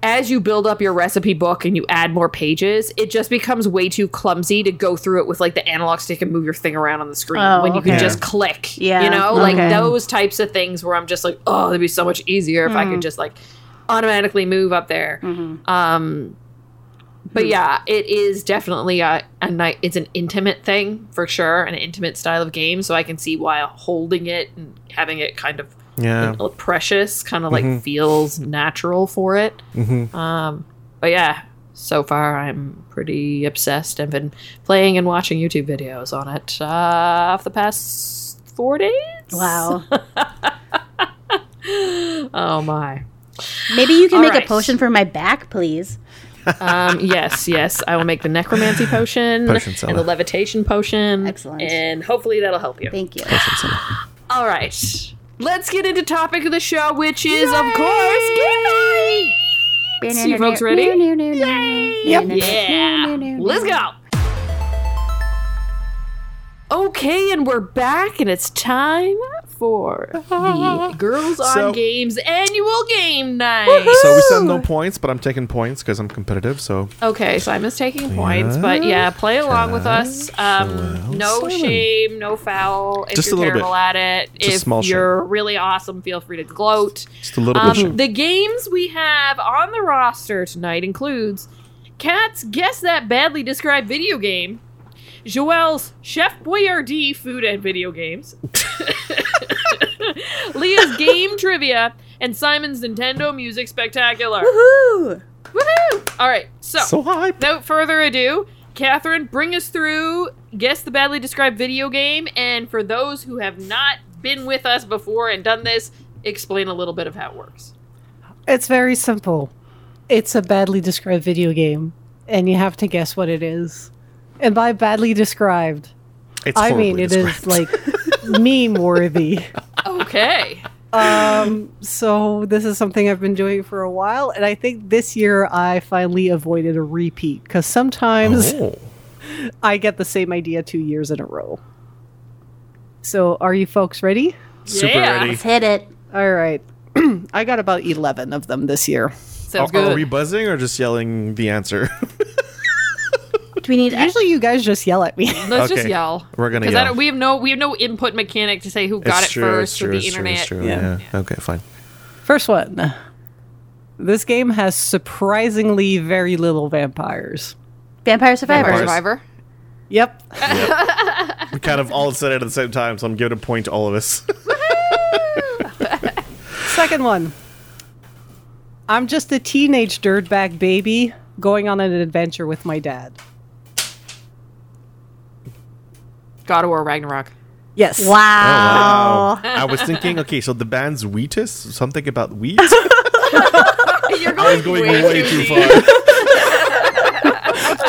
as you build up your recipe book and you add more pages, it just becomes way too clumsy to go through it with like the analog stick and move your thing around on the screen Oh, when you can okay. just click. You Yeah, know, like okay. those types of things where I'm just like, oh, it'd be so much easier if I Mm-hmm. could just like automatically move up there. Um, but yeah, it is definitely a, a night. It's an intimate thing for sure, an intimate style of game. So I can see why holding it and having it kind of yeah. Mm-hmm. like, precious, kind of like feels natural for it. Um, but yeah, so far I'm pretty obsessed. I've been playing and watching YouTube videos on it uh, for the past four days. wow Oh my. maybe you can All make right. a potion for my back please Um, yes, yes, I will make the necromancy potion, Potion and seller. the levitation potion. Excellent. And hopefully that'll help you. thank you All right. Let's get into topic of the show, which is, of course, game night. So you folks ready? yep Yeah. Let's go. Okay, and we're back, and it's time for the Girls on So- Games annual game night. So we still have no points, but I'm taking points because I'm competitive. So Okay, Simon's taking points, but yeah, play along with us. Um, Well, no Simon. shame, no foul. If Just a you're little bit. terrible at it, Just a if small shame. you're really awesome, feel free to gloat. just a little bit. Um, Shame. the games we have on the roster tonight includes Cat's Guess That Badly Described Video Game, Joelle's Chef Boyardee Food and Video Games, Leah's Game Trivia, and Simon's Nintendo Music Spectacular. Woohoo! Woohoo! All right, so, So hype. without further ado, Catherine, bring us through Guess the Badly Described Video Game, and for those who have not been with us before and done this, explain a little bit of how it works. It's very simple. It's a badly described video game, and you have to guess what it is. And by badly described, It's I horribly mean it is described. like meme worthy. Okay. Um, so this is something I've been doing for a while, and I think this year I finally avoided a repeat because sometimes Oh. I get the same idea two years in a row. So are you folks ready? Super Yeah. ready. Let's hit it. All right. I got about 11 of them this year. Sounds Are- good. Are we buzzing or just yelling the answer? Do we need Usually you guys just yell at me. Let's just Okay. yell. We're gonna 'Cause yell. I don't- we have no we have no input mechanic to say who got it first or the internet. Yeah. Yeah. Okay, fine. First one. This game has surprisingly very little vampires. Vampire Survivor? Vampire Survivor. Yep. We kind of all said it at the same time, so I'm giving a point to all of us. Second one. I'm just a teenage dirtbag baby going on an adventure with my dad. God of War Ragnarok. Yes. Wow. I was thinking, okay, so the band's Wheatus, something about wheat. You're I was going, going way, way too, too deep. far.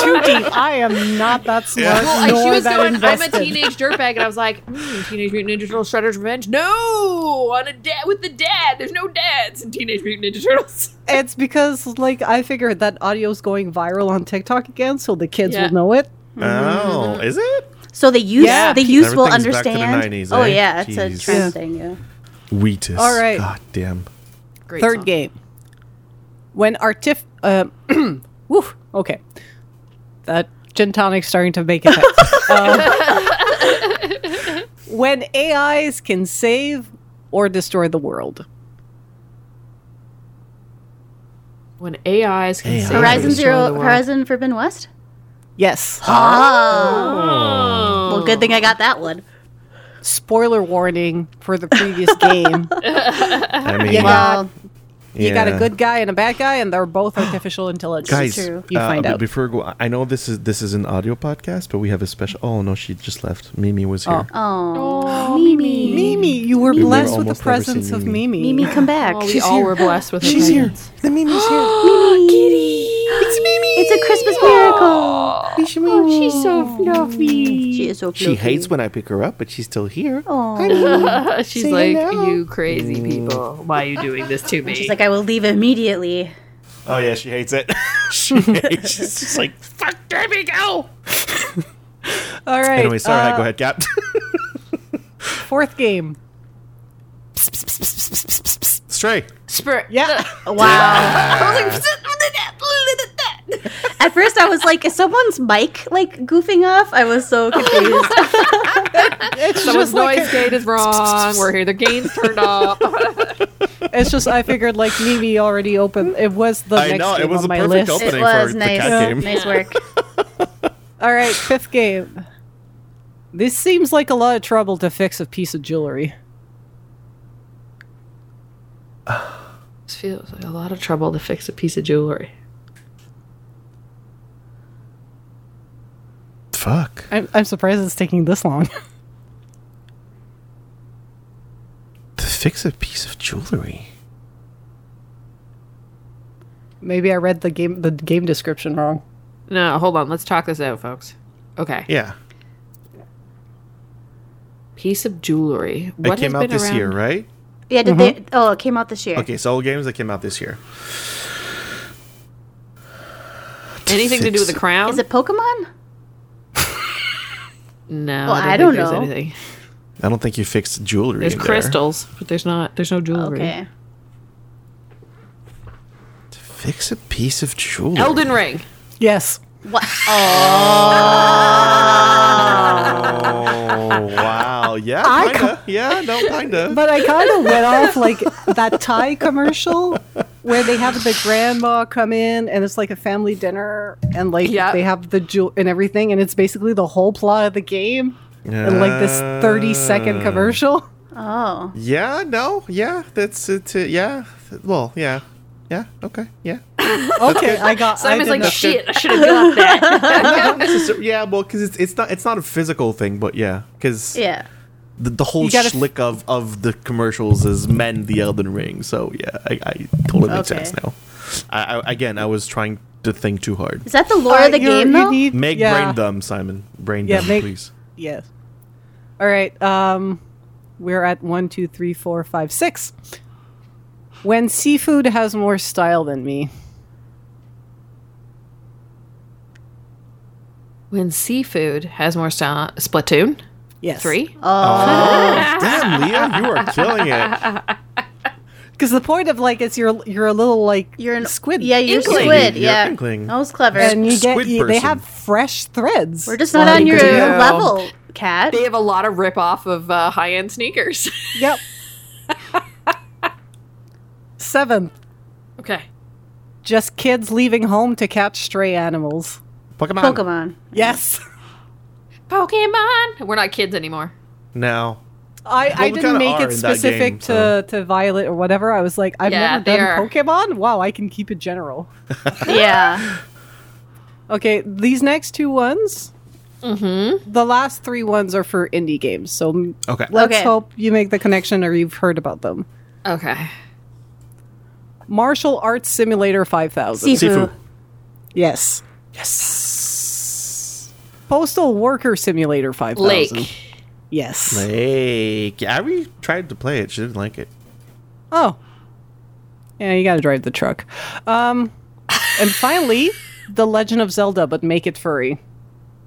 too deep. I am not that smart. Well, I, nor she was that going, invested. I'm a teenage dirtbag, and I was like, mm, Teenage Mutant Ninja Turtles Shredder's Revenge? No! On a dad with the dad. There's no dads in Teenage Mutant Ninja Turtles. It's because like I figured that audio's going viral on TikTok again, so the kids Yeah. will know it. Oh, is it? So the youth, Yeah. the youth will Everything's back to the understand. 90s, oh eh? yeah, it's a Jeez. trend Yeah. thing. Yeah. Wheatus. All right. God damn. Great Third song. game. When artif uh, woo, okay. That gin tonic's starting to make it. Uh, when AIs can save or destroy the world. When AIs can AI. save and Horizon destroy the Zero, world. Horizon Forbidden West. Yes. Well, good thing I got that one. Spoiler warning for the previous game. I mean, You got you got a yeah. good guy and a bad guy, and they're both artificial intelligence. guys. true. You uh, find but out. before we go, I know this is this is an audio podcast, but we have a special. Oh no, she just left. Mimi was here. Oh, Mimi, you were were blessed with almost the never presence seen of Mimi. Mimi. Mimi, come back. Oh, we all were blessed with her presence. The Mimi's here. Mimi, It's Mimi. It's a Christmas miracle. Oh, She's so fluffy. She is so She fluffy. hates when I pick her up, but she's still here. Oh, She's Say like, hello. you crazy people. Why are you doing this to me? she's like, I will leave immediately. Oh yeah, she hates it. she hates. She's just like. fuck, there we go. All right. Anyway, sorry. uh, go ahead, Cap. Fourth game. Stray. Spur. Yeah. Wow. I was like, At first, I was like, is someone's mic like goofing off? I was so confused. It's someone's just like noise gate is wrong. We're here. The game's turned off. it's just I figured like Mimi already opened. It was the I next know, it game was on a my perfect list. open. it Opening was for the nice. Oh, cat game. Nice work. All right, fifth game. This seems like a lot of trouble to fix a piece of jewelry. This feels like a lot of trouble to fix a piece of jewelry. Fuck. I'm, I'm surprised it's taking this long. To fix a piece of jewelry. Maybe I read the game the game description wrong. No, hold on. Let's talk this out, folks. Okay. Yeah. Piece of jewelry. It What came has out been this around? year, right? Yeah, did they? Oh, it came out this year. Okay, so all games that came out this year. Anything to do with the Fix- crown? Is it Pokemon? no. Well, I I don't, think don't know. There's anything. I don't think you fixed jewelry. There's in there. crystals, but there's not. There's no jewelry. Okay. Fix a piece of jewelry. Elden Ring. Yes. What? Oh wow, yeah, I kinda. yeah, no, kinda. But I kind of went off like that Thai commercial where they have the grandma come in and it's like a family dinner and like Yeah. they have the jewel and everything and it's basically the whole plot of the game and like this 30 Uh. second commercial. Oh. Yeah, no, yeah, that's it. uh, yeah, well, yeah, yeah, okay, yeah. Okay, I got Simon's I like, didn't- shit, I should have got that. Not necessar- yeah, well, because it's, it's not it's not a physical thing, but yeah, because Yeah. the, the whole You gotta- schlick of of the commercials is men the Elden Ring. So yeah, I, I totally makes Okay. sense now. I, I again, I was trying to think too hard. Is that the lore of the You're- game you though? need- Make yeah. brain dumb, Simon. Brain Yeah, dumb, make- please. Yes. All right. Um, we're at one, two, three, four, five, six. When seafood has more style than me. when seafood has more style. Splatoon? Yes. Three? Oh, Damn, Leah, you are killing it. Because the point of like it's you're you're a little like You're an squid. Yeah, you're Inkling. squid. You're Yeah. inkling. That was clever. and you get squid you, they person. have fresh threads. We're just not Like, on your yeah. level, cat. They have a lot of rip-off of uh, high-end sneakers. yep. Seventh, okay. just kids leaving home to catch stray animals. Pokemon. Yes. Pokemon. We're not kids anymore. Now, I, we I didn't kinda make are it in that specific game, to, so- to Violet or whatever. I was like, I've Yeah, never they done are. Pokemon. Wow, I can keep it general. Yeah. Okay, these next two ones, Mm-hmm. the last three ones are for indie games. So m- okay. let's Okay. hope you make the connection or you've heard about them. Okay. Martial Arts Simulator 5000. Sifu. Sifu. Yes. Yes. Postal Worker Simulator 5000. Lake. Yes. Like, yeah, we tried to play it. She didn't like it. Oh. Yeah, you got to drive the truck. Um, and finally, The Legend of Zelda, but make it furry.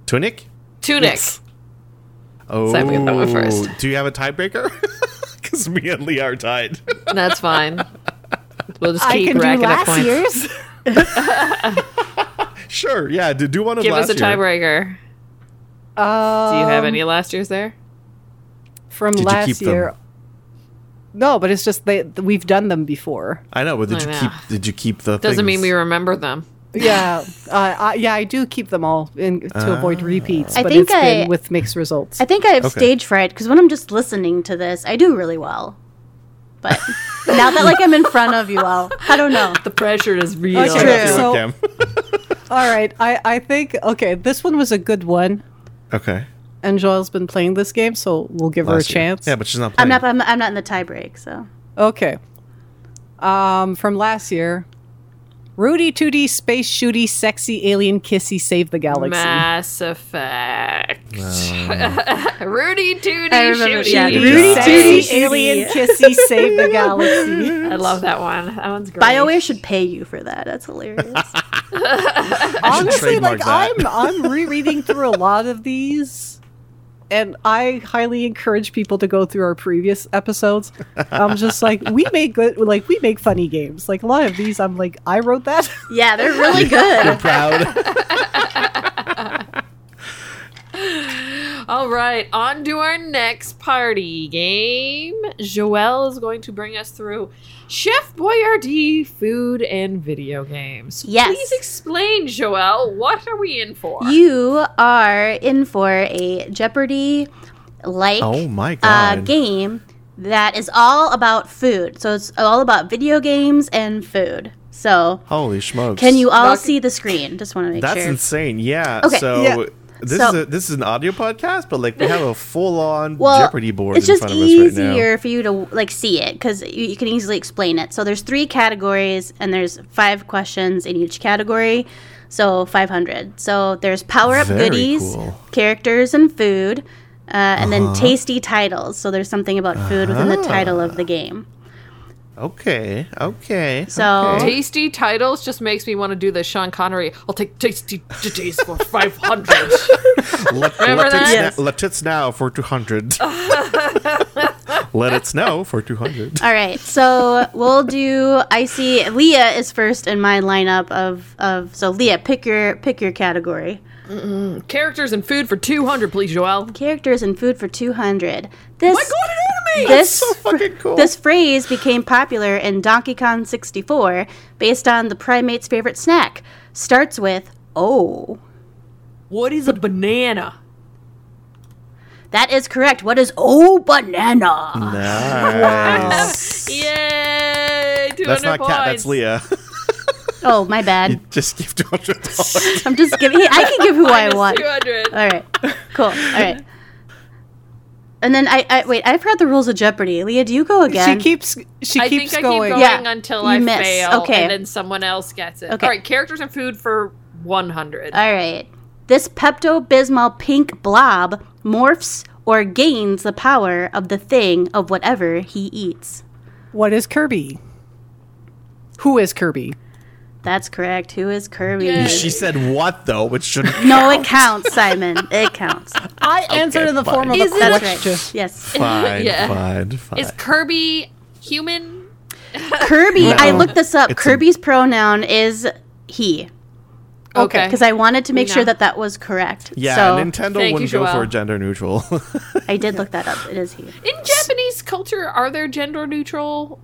Tunic? Tunic. Oh, So I get that one first. do you have a tiebreaker? Because me and Lee are tied. That's fine. We'll just I keep can do racking up last points. year's. sure, yeah. Do, do one of Give us last a year. tiebreaker. Uh, Do you have any last year's there? from Did you last keep them? year? No, but it's just they we've done them before. I know, but did I you know. keep? Did you keep the? Doesn't mean things? we remember them. Yeah, uh, I, yeah, I do keep them all in, to Ah. avoid repeats. I but think it's been I- with mixed results. I think I have Okay. stage fright because when I'm just listening to this, I do really well. But now that like I'm in front of you all, I don't know. The pressure is real. Okay, Turn off your So- webcam. all right, I, I think okay, this one was a good one, okay. and Joel's been playing this game, so we'll give her a last year. chance. Yeah, but she's not. Playing. I'm not. I'm, I'm not in the tie break. So Okay. Um, from last year, Rudy 2D space shooty sexy alien kissy save the galaxy. Mass Effect. Rudy Tooty I remember- Shooty. yeah, Rudy Say. Tooty alien kissy save the galaxy. I love that one. That one's great. Bioware should pay you for that. That's hilarious. Honestly, like trademark that. I'm I'm rereading through a lot of these. And I highly encourage people to go through our previous episodes. I'm just like we make good, like we make funny games. Like a lot of these, I'm like I wrote that. yeah, they're really good. proud. All right, on to our next party game. Joelle is going to bring us through Chef Boyardee food and video games. Yes. Please explain, Joelle. What are we in for? You are in for a Jeopardy like oh my uh, god. game that is all about food. So it's all about video games and food. So Holy smokes! can you all Buck- see the screen? Just want to make That's sure. insane. Yeah. Okay. So Yeah. this So- is a, this is an audio podcast, but like we have a full on well, Jeopardy board It's in just front of us right now. easier for you to like see it because you, you can easily explain it. So there's three categories and there's five questions in each category, so 500. So there's power up Very goodies, cool. Uh-huh. characters, and food, uh, and then tasty titles. So there's something about food within the title of Ah. the game. Okay. Okay. So- okay. Tasty titles just makes me want to do the Sean Connery. I'll take tasty titties for five hundred. let, Remember let, that? It sna- Yes. let it snow for two hundred. let it snow for two hundred. All right, so we'll do. I see Leah is first in my lineup of of. So Leah, pick your pick your category. Characters and food for two hundred, please, Joelle. Characters and food for 200. This. What This so fucking cool. This phrase became popular in Donkey Kong 64 based on the primate's favorite snack. Starts with, oh. What is a banana? That is correct. What is oh Mm. banana? nice. Yay! Two hundred That's not cat. That's Leah. Oh, my bad. Just give two hundred dollars. I'm just giving. I can give who I want. Two hundred. All right. Cool. All right. And then I, I wait. I forgot the rules of Jeopardy. Leah, do you go She again? keeps she I keeps think I keep going. going Yeah. until You I miss. fail, Okay. and then someone else gets it. Okay. Uh, All right, characters and food for one hundred. All right. This Pepto Bismol pink blob morphs or gains the power of the thing of whatever he eats. What is Kirby? Who is Kirby? That's correct. Who is Kirby? Yay. she said what though? Which should No, it counts, Simon. It counts. I answered in the form of a Is it- That's question. right. Yes. fine, Yeah. fine, fine. Is Kirby human? Kirby, I looked this up. It's a- Kirby's pronoun is he. Okay. Because I wanted to make No. sure that that was correct. yeah, So Nintendo Thank you, wouldn't go for Joelle. gender neutral. I did look that up. It is he. In Japanese culture, are there gender neutral?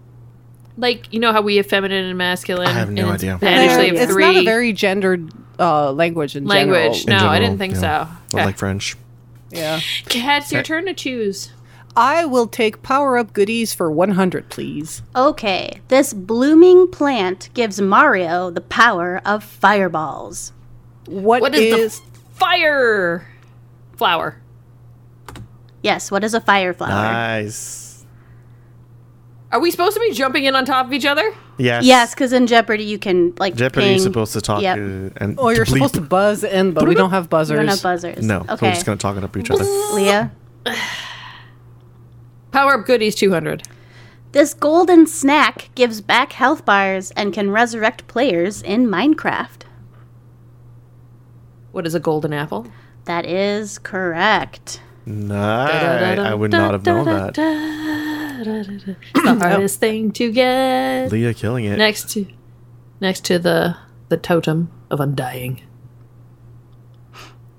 Like you know how we have feminine and masculine. I have and no in idea. Spanish, they There- have it's not a three very gendered uh, language in language. general. no, In I general, didn't think yeah. so. I Okay. like French. Yeah. Cats, your turn to choose. I will take power up goodies for 100, please. Okay. This blooming plant gives Mario the power of fireballs. What is, the fire flower? Yes, what is a fire flower? Nice. Are we supposed to be jumping in on top of each other? Yes. Yes, because in Jeopardy you can like Jeopardy ping. is supposed to talk Yep. to, and Oh, you're bleep. supposed to buzz in, but we don't have You buzzers. don't have buzzers. No, so we're Okay. just gonna talk it up to each other. Leah, Power up goodies 200. this golden snack gives back health bars and can resurrect players in Minecraft. What is a golden apple? That is correct. No, I would not have known that. It's the hardest thing to get. Leah killing it. Next to next to the the totem of undying.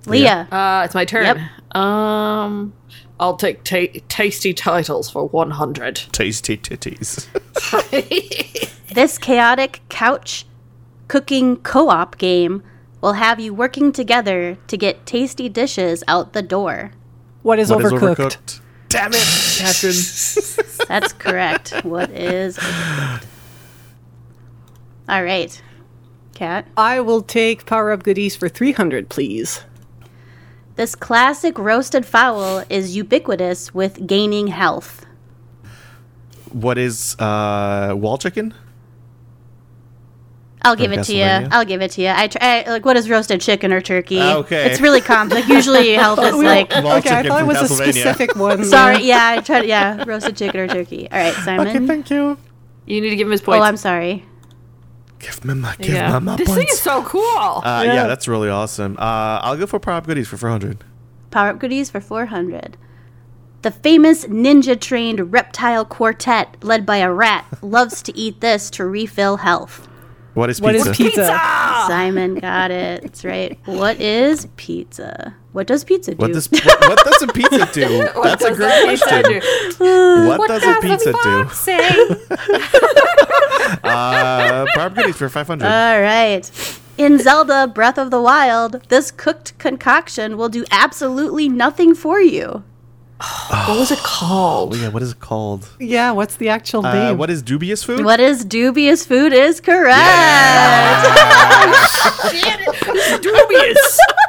Leah, Uh, it's my turn. Yep. Um I'll take ta- tasty titles for 100. Tasty titties. this chaotic couch cooking co op game will have you working together to get tasty dishes out the door. What is What is overcooked? overcooked? Damn it, Catherine. That's correct. what is. overcooked? All right. Cat. I will take power up goodies for 300, please. This classic roasted fowl is ubiquitous with gaining health. what is uh, wall chicken? I'll give From it to you. Castlevania? I'll give it to you. I, tr- I like what is roasted chicken or turkey. Ah, Okay. It's really common. Like usually health is like Wall okay, I chicken thought it from was a Castlevania. specific one. sorry. Yeah, I tried. Yeah, roasted chicken or turkey. All right, Simon. thank you. You need to give him his oh, points. I'm sorry. Give me my, give yeah. me my This thing points. is so cool. uh, Yeah. yeah, that's really awesome. Uh, I'll go for prop goodies for 400. Power up goodies for 400. The famous ninja trained reptile quartet led by a rat loves to eat this to refill health. What is What pizza? is pizza? Ah. Simon got it. That's right. What is pizza? What does pizza do? What does what, what does a pizza do? That's a great question. What, does a pizza do? Uh, prop goodies for 500. All right. In Zelda Breath of the Wild, this cooked concoction will do absolutely nothing for you. What was it called? yeah, what is it called? Yeah, what's the actual Uh, name? what is dubious food? What is dubious food is correct. dubious.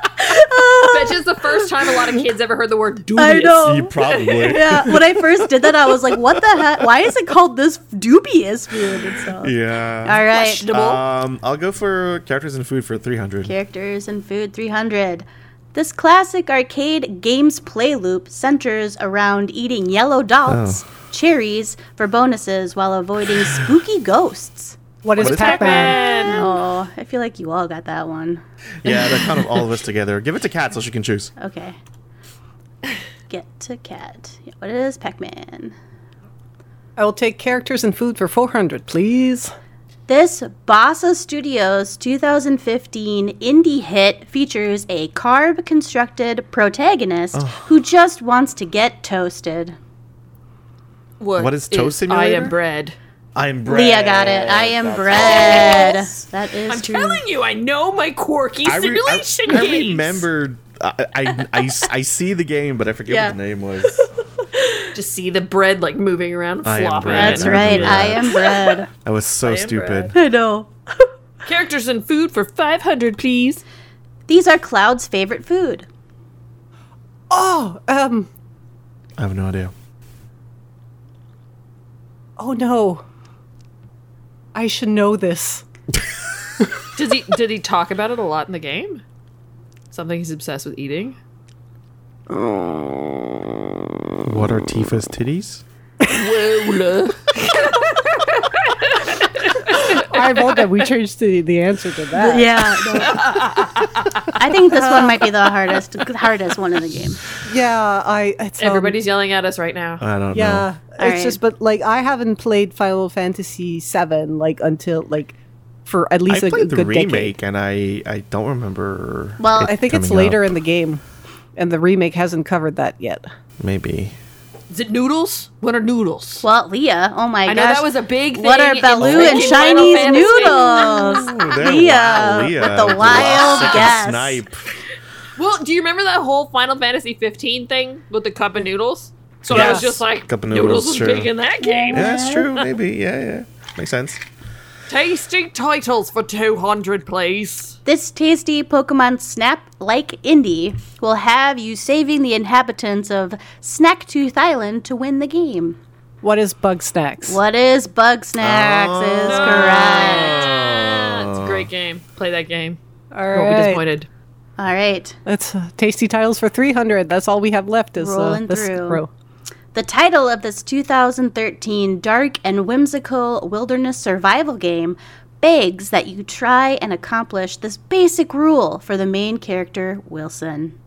That's just the first time a lot of kids ever heard the word dubious. I know. probably. Yeah, when I first did that, I was like, "What the heck? Why is it called this dubious food?" And so, yeah. all right, Questionable. Um, I'll go for characters and food for 300. characters and food 300. This classic arcade games play loop centers around eating yellow dots, cherries for bonuses while avoiding spooky ghosts. what is what is Pac-Man? Uh, Oh, I feel like you all got that one. Yeah, they're kind of all of us together. Give it to Kat so she can choose. Okay. Get to cat. Yeah, What is Pac-Man? I will take characters and food for 400, please. This Bassa Studios 2015 indie hit features a carb constructed protagonist who just wants to get toasted. What is Toast I Simulator? am bread. I'm bread. Leah got it. I am bread. That is I'm true. telling you, I know my quirky I, re- I, simulation I games. remembered. I, I, I s- I see the game, but I forget Yeah. what the name was. Just see the bread like moving around, and I am flopping. bread. That's right. I am bread. I was so stupid. I know. Characters and food for five hundred, please. These are Cloud's favorite food. Oh, um, I have no idea. oh no. I should know this. Does he? did he talk about it a lot in the game? Something he's obsessed with eating. What are Tifa's titties? uh, I vote that we changed the, the answer to that. Yeah. I think this one might be the hardest hardest one in the game. Yeah, I. It's, um, Everybody's yelling at us right now. I don't know. Yeah, it's right. just but like I haven't played Final Fantasy VII like until like for at I least a played good the remake, decade. and I, I don't remember. Well, I think it's coming later up. in the game, and the remake hasn't covered that yet. Maybe. Is it noodles? What are noodles? Well, Leah, oh my I gosh. know that was a big thing. What are in Baloo and freaking Final Chinese Fantasy. noodles? Oh, There- Ah, Leah, wow, Leah, with the with wild sick guess. Snipe. Well, do you remember that whole Final Fantasy 15 thing with the cup of noodles? So I was Yes. just like, Cup of noodles, noodles, was sure. big in that game. Yeah, that's true. Maybe. Yeah, yeah. Makes sense. Tasting titles for 200, please. This tasty Pokemon Snap like indie will have you saving the inhabitants of Snacktooth Island to win the game. What is bug snacks? What is Bug Snacks is Oh. correct. Ah, it's a great game. Play that game. All You won't be right. disappointed. All right. That's uh, tasty titles for 300. That's all we have left is uh, Rolling this through. row. The title of this 2013 dark and whimsical wilderness survival game begs that you try and accomplish this basic rule for the main character, Wilson.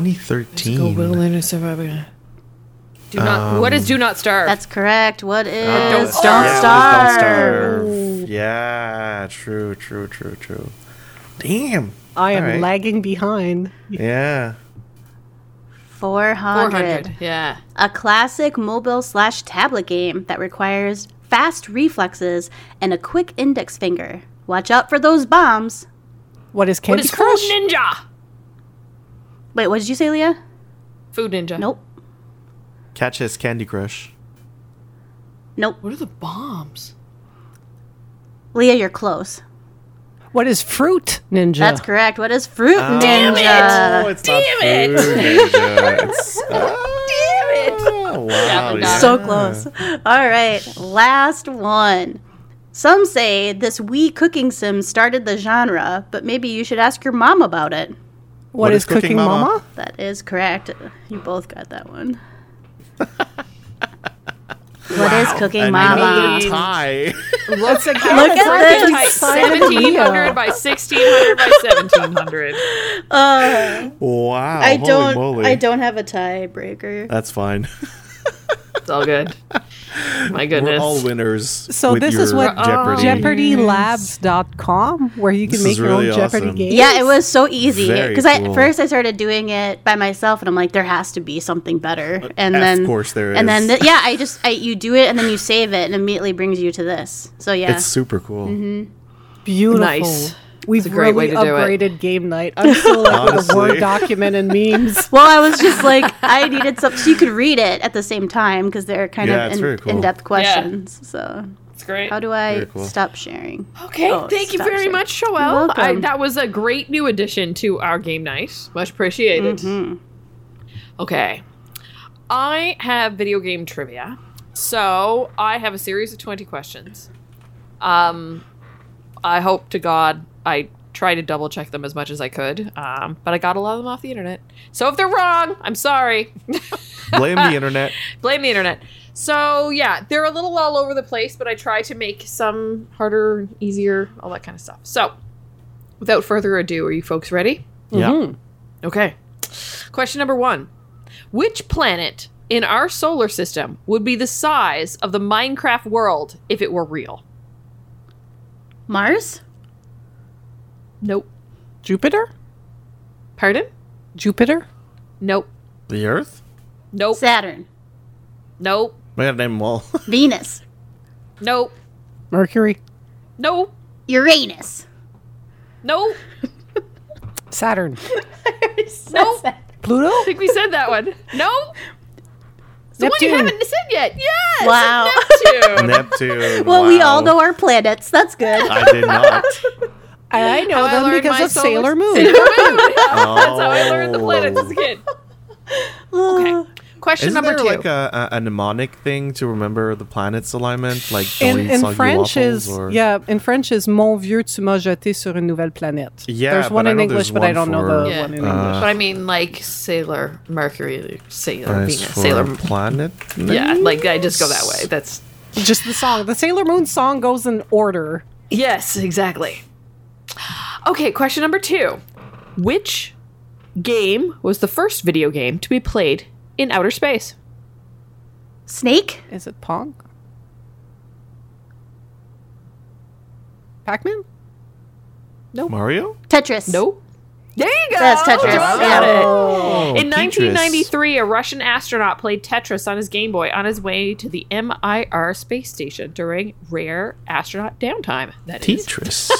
2013. Do Um, not. what is do not starve? That's correct. What is Oh, Don't Starve. yeah, Starve? Don't Starve. Yeah, true, true, true, true. Damn. Uh, I am All right. lagging behind. Yeah. 400. 400. Yeah. A classic mobile slash tablet game that requires fast reflexes and a quick index finger. Watch out for those bombs. What is What Candy is food Crush? ninja? Wait, what did you say, Leah? Food ninja. Nope. Catch his Candy Crush. Nope. What are the bombs? Leah, you're close. What is Fruit Ninja? That's correct. What is Fruit Ninja? Ah. Oh, Damn it! Damn uh, Damn it! Wow. Dapper Dapper. So close. All right, last one. Some say this Wii cooking sim started the genre, but maybe you should ask your mom about it. what is, Cooking Mama? That is correct. You both got that one. What is cooking mama? Another tie. Looks like Look at Like this. 1700 by 1600 by 1700. wow. I holy don't. Moly. I don't have a tiebreaker. That's fine. It's all good. My goodness. We're all winners. So with this is your what uh, Jeopardy. jeopardylabs.com where you can This make is your really own Jeopardy awesome. game. Yeah, it was so easy Very because I cool. first I started doing it by myself, and I'm like, there has to be something better. And Uh, of then, course there And then, is. th- yeah, I just I, you do it, and then you save it, and immediately brings you to this. So yeah, It's super cool. Mm-hmm. Beautiful. Nice. We've a great way really to do it. upgraded game night. I'm still like with a Honestly. Word document and memes. Well, I was just like, I needed something so you could read it at the same time because they're kind Yeah, it's of in, very cool. depth questions. So, It's great. how do I Very cool. stop sharing? Okay, Oh, thank you stop very sharing. much, You're Joelle. welcome. I, that was a great new addition to our game night. Much appreciated. Mm-hmm. Okay. I have video game trivia. So I have a series of 20 questions. Um, I hope to God I try to double check them as much as I could, um, but I got a lot of them off the internet. So if they're wrong, I'm sorry. Blame the internet. Blame the internet. So yeah, they're a little all over the place, but I try to make some harder, easier, all that kind of stuff. So, without further ado, are you folks ready? Mm-hmm. Yeah. Okay. Question number one: Which planet in our solar system would be the size of the Minecraft world if it were real? Mars? Nope. Jupiter? Pardon? Jupiter? Nope. The Earth. Nope. Saturn? Nope. We gotta name them all. Venus? Nope. Mercury? Nope. Uranus? Nope. Saturn? Nope. I Pluto? think we said that one. Nope. The one you Neptune. haven't said yet. Yes. Wow. Neptune. Neptune. Well, we Wow. all know our planets. That's good. I did not. I How know I them learned because my of solar- Sailor Moon. That's how I learned the planets Oh. as a kid. Okay. Question Isn't number there two. like a, a, a mnemonic thing to remember the planet's alignment? Like in, Dorit in Soggy Waffles French is or- yeah. In French is Mon vieux, tu m'as jeté sur une nouvelle planète. Yeah, there's but one I in know English, there's but I don't one know the for, one in uh, English. but I mean, like Sailor Mercury, Sailor Nice Venus, for Sailor. a planet. Yeah, like I just go that way. That's Just the song. The Sailor Moon song goes in order. yes, exactly. Okay, question number two. Which game was the first video game to be played in outer space? Snake? Is it Pong? Pac-Man? Mario. Tetris? No. There you go. That's Tetris, Joel got yeah. it. Oh, In Tetris. 1993, a Russian astronaut played Tetris on his Game Boy on his way to the MIR space station during rare astronaut downtime. That is Tetris.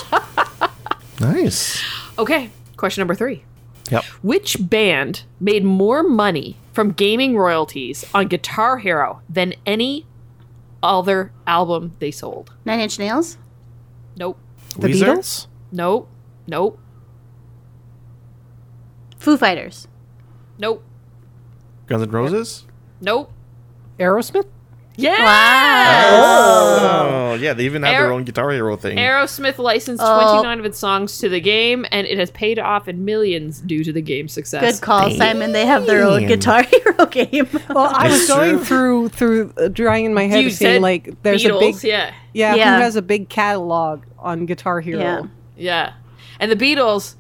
nice. Okay, question number three. Yep. Which band made more money from gaming royalties on Guitar Hero than any other album they sold? Nine Inch Nails? Nope. The Weezer? Beatles? Nope. Nope. Foo Fighters? Nope. Guns N' Roses. Nope. Aerosmith? Yeah. Oh, yeah, they even have their Aer- own Guitar Hero thing. Aerosmith licensed Oh. 29 of its songs to the game, and it has paid off in millions due to the game's success. Good call, Simon. They have their own Guitar Hero game. Well, I was That's going true. through through uh, trying in my head You to see said like there's Beatles, a big yeah, yeah, Yeah. who has a big catalog on Guitar Hero. Yeah. yeah, and the Beatles.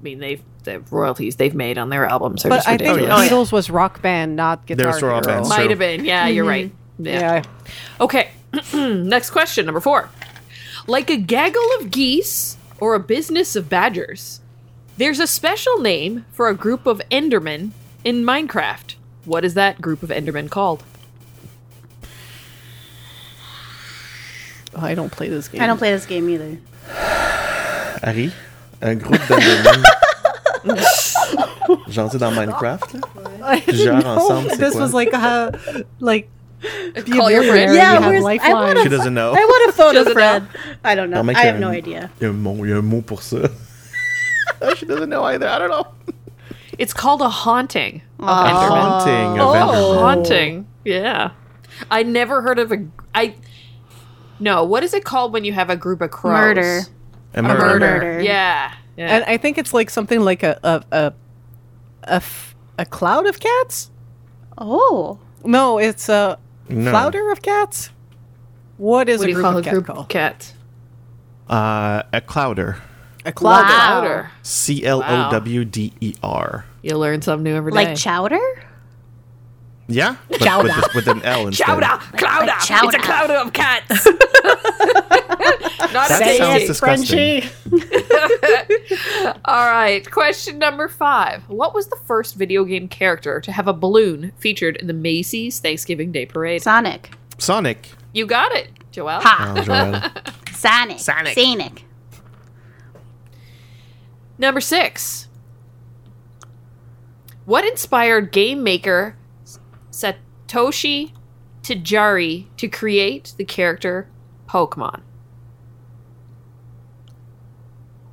I mean, they've the royalties they've made on their albums are But just I think ridiculous. Oh, yeah. Beatles was rock band, not Guitar There's rock Hero. bands. Might true. have been. Yeah, you're right. Mm-hmm. Yeah. yeah. Okay. Next question, number four. Like a gaggle of geese or a business of badgers, there's a special name for a group of Endermen in Minecraft. What is that group of Endermen called? Oh, I don't play this game. I don't play this game either. Harry, un groupe d'Endermen. Genre dans Minecraft. là. Genre ensemble, c'est this quoi? was like uh like be a Call your millionaire friend. and Yeah, you have where's- I lifelines. wanna- She doesn't know. I want a photo, Doesn't know. Fred. I don't know. Non, mec, I have euh, no idea. Il y, a un mot- il y a un mot pour ça. She doesn't know either. I don't know. It's called a haunting of Endermen. Haunting of Oh, Endermen. haunting. Yeah. I never heard of a I No, what is it called when you have a group of crows? Murder. A A murder. murder. Murder. Yeah. yeah. And I think it's like something like a a a a, f- a cloud of cats. Oh. No, it's a No. flounder of cats. What is what do a you group call a of cat group call? of cat? Uh, a clouder. A clouder. Wow. Powder. C L O W D E R. You learn something new every day. Like chowder? Yeah, but with, with an L instead. Chowder, clouder. Like It's chowder. a clouder of cats. Not That a sounds baby. disgusting. All right. Question number five. What was the first video game character to have a balloon featured in the Macy's Thanksgiving Day Parade? Sonic. Sonic. You got it, Joelle. Ha. Oh, Joel. Sonic. Sonic. Sonic. Number six. What inspired game maker Satoshi Tajiri to create the character Pokemon?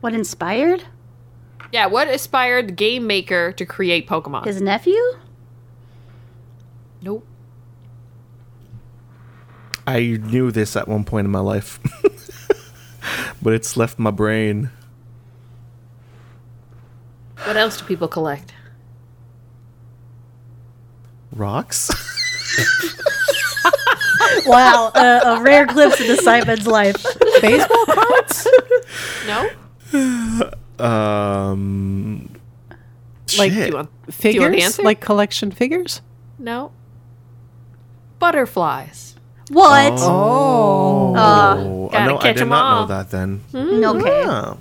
What inspired? Yeah, what inspired the game maker to create Pokemon? His nephew? nope. I knew this at one point in my life, but it's left my brain. What else do people collect? Rocks? Wow, a, a rare glimpse into Simon's life. Baseball cards? No? Eh, um. shit. Like, Do you want you want the figures? answer? Like collection figures? No. Butterflies. What? Oh. Oh, Uh, gotta no, I catch did 'em not all. Hmm. know that then. Okay. Yeah.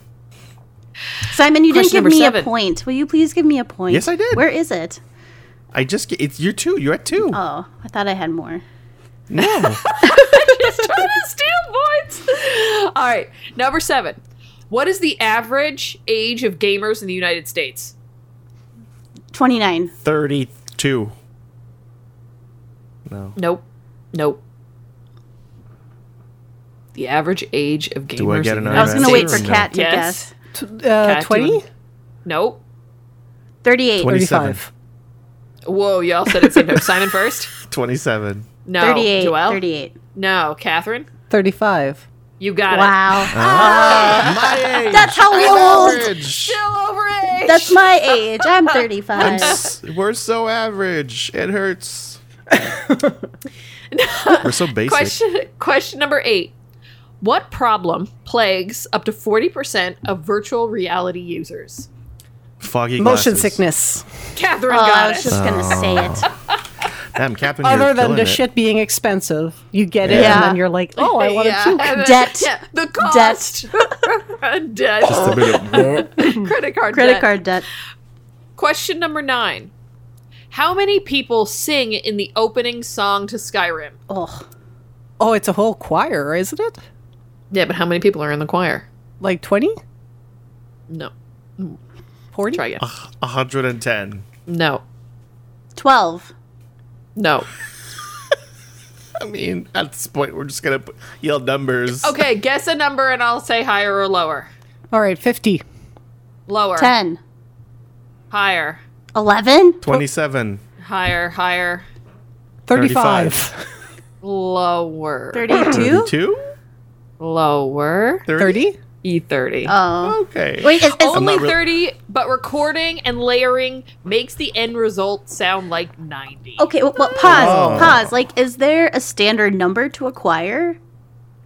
Simon, you Question didn't number give me seven. a point. Will you please give me a point? Yes, I did. Where is it? I just get it's you're two. You're at two. Oh, I thought I had more. No, Just trying to steal points. All right. Number seven. What is the average age of gamers in the United States? 29. thirty-two. No. Nope. Nope. The average age of gamers. I get in the another I was United going to wait for States? no? Kat to Yes. guess. T- uh, Cat, do you 20? wanna- Nope. 38. 27. 35. Whoa, y'all said it same time. Simon first. 27. No. 38. Joelle? 38. No. Catherine. 35. You got it. Wow. My age. That's how old. average. Still over age. That's my age. I'm 35. S- We're so average. It hurts. We're so basic. Question question number eight. What problem plagues up to forty percent of virtual reality users? Foggy Motion glasses. sickness. Catherine Oh, I got was it. just going to say Oh. it. Damn, Catherine, Other you're than killing the it. shit being expensive, you get it, Yeah. and then you're like, oh, I want Yeah. to puke. Debt. Yeah, the cost. Debt. Just a bit of- Credit card. Credit debt. card debt. Question number nine. How many people sing in the opening song to Skyrim? Oh, Oh, it's a whole choir, isn't it? Yeah, but how many people are in the choir? Like 20? No. 40? Try again. 110. No. 12. No. I mean, at this point, we're just gonna put, yell numbers. Okay, guess a number and I'll say higher or lower. All right, 50. Lower. 10. Higher. 11. 27. Higher. Higher. 35. Lower. Thirty-two. 32? Lower. 30? E30. Oh. Okay. Wait, is, is I'm Only not real- 30, but recording and layering makes the end result sound like 90. okay? Well, well, pause, Oh. pause. Like, is there a standard number to acquire?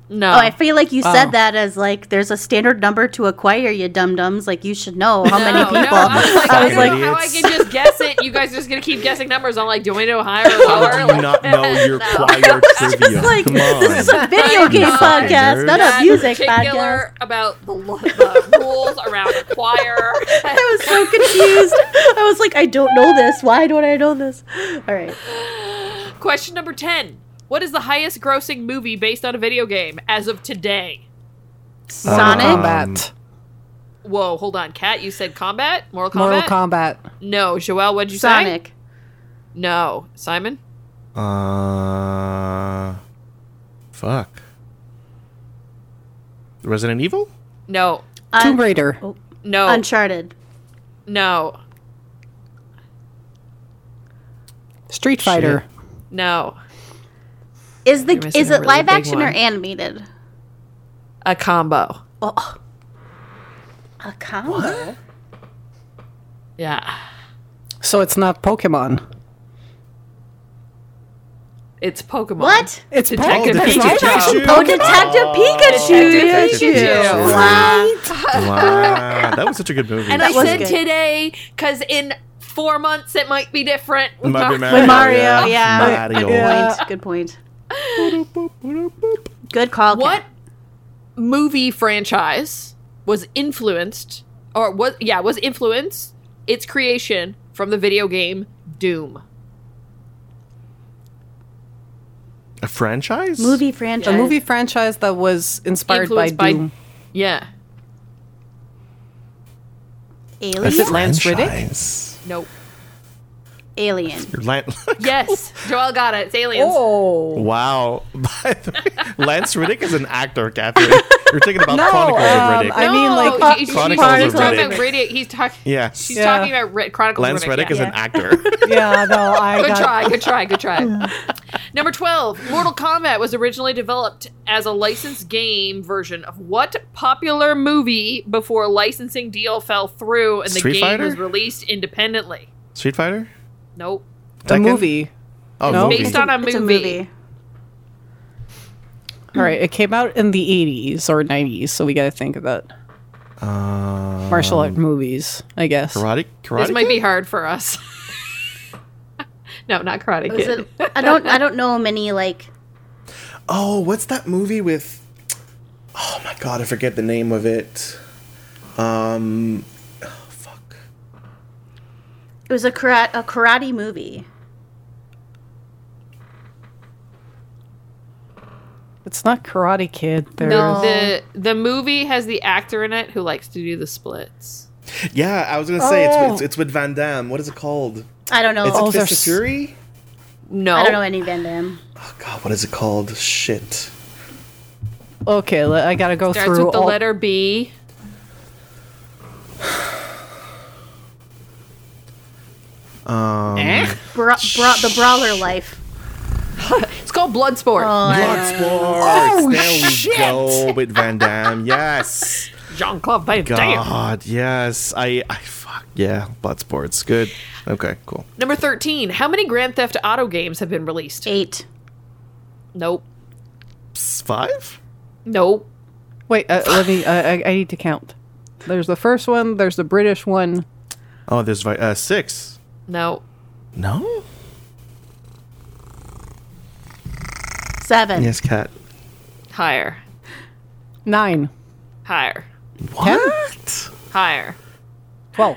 No. Oh, I feel like you said Oh. that as like there's a standard number to acquire, you dum dums. Like you should know how many No, people. No, I was like, Oh, I I, was don't like- know how I can just guess it. You guys are just gonna keep guessing numbers. I'm like, do I know higher or lower? How do Like, you not know your choir trivia? like, Come on. this is a video I'm game not podcast, nerd. not that a music podcast. particular about the, lo- the rules around the choir. I was so confused. I was like, I don't know this. Why don't I know this? All right. Uh, Question number ten: What is the highest grossing movie based on a video game as of today? Sonic. Combat. Whoa, hold on, Kat. You said combat, Mortal Kombat. Um, Mortal Kombat. no, Joelle, what'd you say? Sonic. No, Simon. Uh, fuck. Resident Evil? No, Un- Tomb Raider. no, Uncharted. no, Street Fighter. no. Is the You're missing is a it really live big action or one. animated? A combo. Oh. A combo. Yeah, So it's not Pokemon. it's Pokemon. What? It's Detective Pokemon. It's Pikachu. live action Oh, Detective Pikachu. Detective Pikachu. Wow. Wow, that was such a good movie. And That I was said good. today because in four months it might be different. Might be With Mario, Mario, yeah. Mario. Yeah. Good point. Good call. Kat. What movie franchise was influenced, or was yeah was influenced its creation from the video game Doom? A franchise? movie franchise? A movie franchise that was inspired by Influenced by- Doom. Yeah, Is it Alien. Lance Riddick? Franchise. nope. Alien. Lan- Yes, Joel got it. It's aliens. Oh. wow. By the way, Lance Riddick is an actor, Catherine. You're thinking about No, Chronicles um, of Riddick. I mean, like, No, she- she- Chronicles she's of talking Riddick. about radio. He's talking. Yeah. she's Yeah. talking about Ri- Chronicles. Lance of Riddick, Riddick yeah. is an actor. Yeah, no, I Good got try, good try, good try. Number 12, Mortal Kombat was originally developed as a licensed game version of what popular movie before licensing deal fell through and the Street game Fighter? was released independently? Street Fighter? Nope. the Tekken? movie. Oh, No. movie. Based on a It's movie. a movie. All right, it came out in the 80s or 90s, so we got to think about Um, martial art movies, I guess. Karate? Karate? This might Kid? be hard for us. no, not Karate Is Kid. it, I don't. I don't know many like. Oh, what's that movie with? Oh my god, I forget the name of it. Um, oh, fuck. It was a karate a karate movie. It's not Karate Kid. There's No, the the movie has the actor in it who likes to do the splits. Yeah, I was gonna say it's, Oh. it's it's with Van Damme. What is it called? Is I don't know. it Fist Oh, of there's- Fury? No. I don't know any Van Damme. Oh god, what is it called? Shit. Okay, le- I got to go Starts through with the all- letter B. Um, Eh? Bra- bra- the brawler life. It's called Bloodsport. Oh, Um, I- Oh, there we go with Van Damme. Yes. Jean Claude Van Damme. God, yes. I, I fuck yeah. Blood sports, good. Okay, cool. Number 13. How many Grand Theft Auto games have been released? eight. Nope. Ps- Five. Nope. Wait, uh, let me. Uh, I, I need to count. There's the first one. There's the British one. Oh, there's vi- uh, six. No. No. Seven. Yes, cat. Higher. Nine. Higher. What? Higher. Twelve.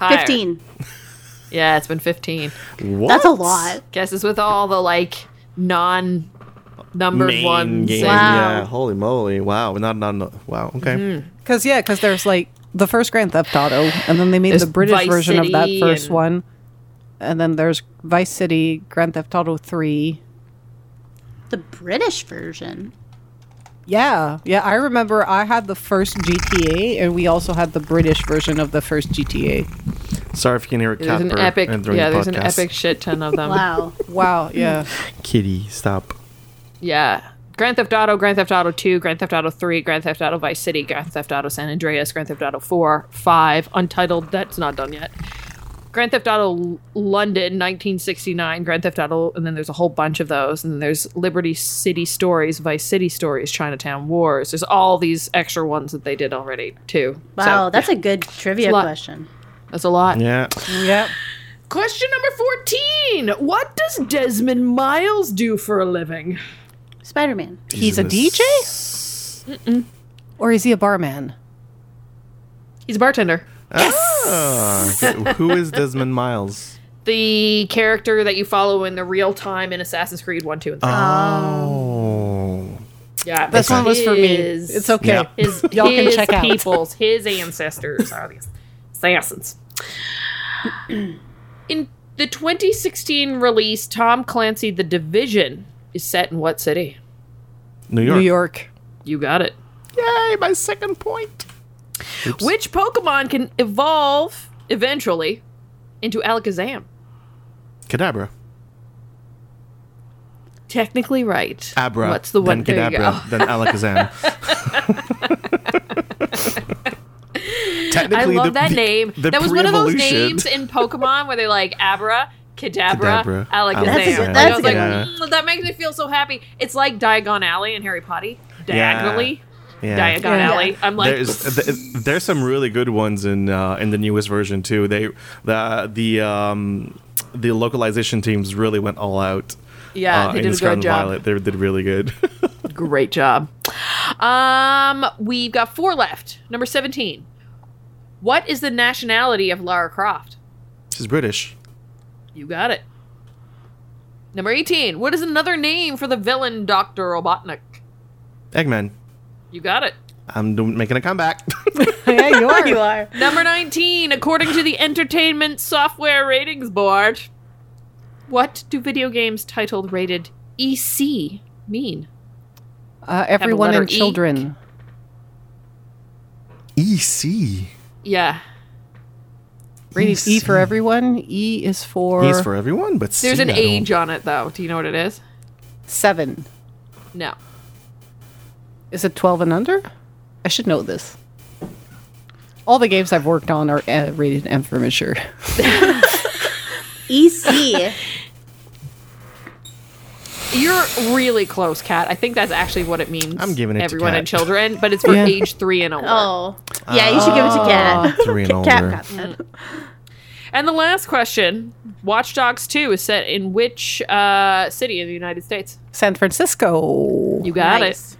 Higher. Fifteen. Yeah, it's been 15. What? That's a lot. Guesses with all the like non numbered Main ones. game. and- Wow. Yeah. Holy moly. Wow. Not not. not wow. Okay. Because yeah, because there's like the first Grand Theft Auto, and then they made There's the British Vice version of City that first and- one, and then there's Vice City, Grand Theft Auto Three. The British version. Yeah, yeah. I remember I had the first GTA, and we also had the British version of the first GTA. Sorry if you can hear a cat There's an purr epic, and during yeah. the There's an podcast. epic shit ton of them. Wow. Wow. Yeah. kitty. Stop. Yeah. Grand Theft Auto, Grand Theft Auto 2, Grand Theft Auto 3, Grand Theft Auto Vice City, Grand Theft Auto San Andreas, Grand Theft Auto 4, 5, Untitled, that's not done yet. Grand Theft Auto L- London 1969, Grand Theft Auto, and then there's a whole bunch of those. And then there's Liberty City Stories, Vice City Stories, Chinatown Wars. There's all these extra ones that they did already, too. Wow, So, that's a good trivia It's a lot. question. that's a lot. Yeah. Mm. Yep. Question number 14 What does Desmond Miles do for a living? Spider Man. He's a in DJ? s- Or is he a barman? He's a bartender. Ah, okay. Who is Desmond Miles? the character that you follow in the real time in Assassin's Creed 1, 2, and 3. Oh. yeah, Uh, This one was for me. his- It's okay. Yeah. His, Y'all can his check out. peoples, his ancestors are these assassins. In the 2016 release, Tom Clancy The Division is set in what city? New York. New York. You got it. Yay, my second point. Which Pokemon can evolve eventually into Alakazam? Cadabra. Technically right. Abra. What's the one? Oh, Then There you go. Cadabra. Then Alakazam. I Technically, love the- that the- name. the that was one of those pre-evolution. names in Pokemon where they're like Abra, Kadabra, Kadabra, Alakazam. a That's good- And that's I was a like, good one. "Mm, that makes me feel so happy. It's like Diagon Alley in Harry Potter. Yeah. Diagonally, Yeah. Diagon Yeah. Alley. I'm like, there's th- there's some really good ones in uh, in the newest version too. They the the um, the localization teams really went all out. uh, Yeah, they in did a good Scarlet and job. Violet, they did really good. great job. Um, we've got four left. Number seventeen. What is the nationality of Lara Croft? She's British. You got it. Number eighteen. What is another name for the villain Doctor Robotnik? Eggman. You got it. I'm doing, making a comeback. yeah, you are. You are. Number 19, according to the Entertainment Software Ratings Board, what do video games titled rated EC mean? Uh, everyone letter and E. children. EC. E Yeah. Rated E for everyone. E is for, is for everyone, but There's C, an I don't- age on it, though. Do you know what it is? seven. No. Is it 12 and under? I should know this. All the games I've worked on are uh, rated M for mature. E EC. You're really close, Kat. I think that's actually what it means. I'm giving it to Everyone Kat. and children, but it's for Yeah. age three and older. Oh. Yeah, you should give it to Ah. Cat. Three and Cat older. got that. And the last question Watch Dogs 2 is set in which uh, city in the United States? San Francisco. You got Nice. it.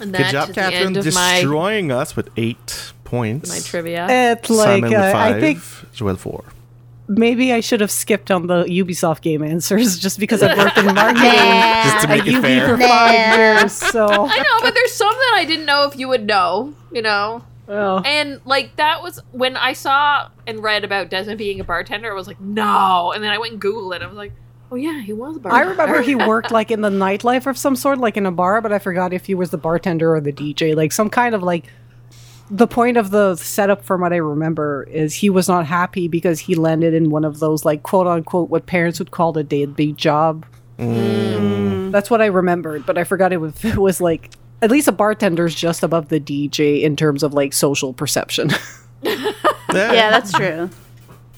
And Good that job, is the Catherine, end of my, destroying us with eight points. my trivia. it's like Simon with uh, five. I think Joel four. maybe I should have skipped on the Ubisoft game answers just because I've worked in marketing Nah. Just to at make it UB for fair. five years. So I know, but there's some that I didn't know if you would know, you know? well, And, like, that was when I saw and read about Desmond being a bartender, I was like, no. And then I went and Googled it. I was like, oh, yeah, he was a I bartender. remember he worked like in the nightlife of some sort, like in a bar, but I forgot if he was the bartender or the DJ, like some kind of like. The point of the setup, from what I remember, is he was not happy because he landed in one of those like quote unquote what parents would call a deadbeat job. That's what I remembered, but I forgot it was, it was like at least a bartender's just above the DJ in terms of like social perception. Yeah, that's true.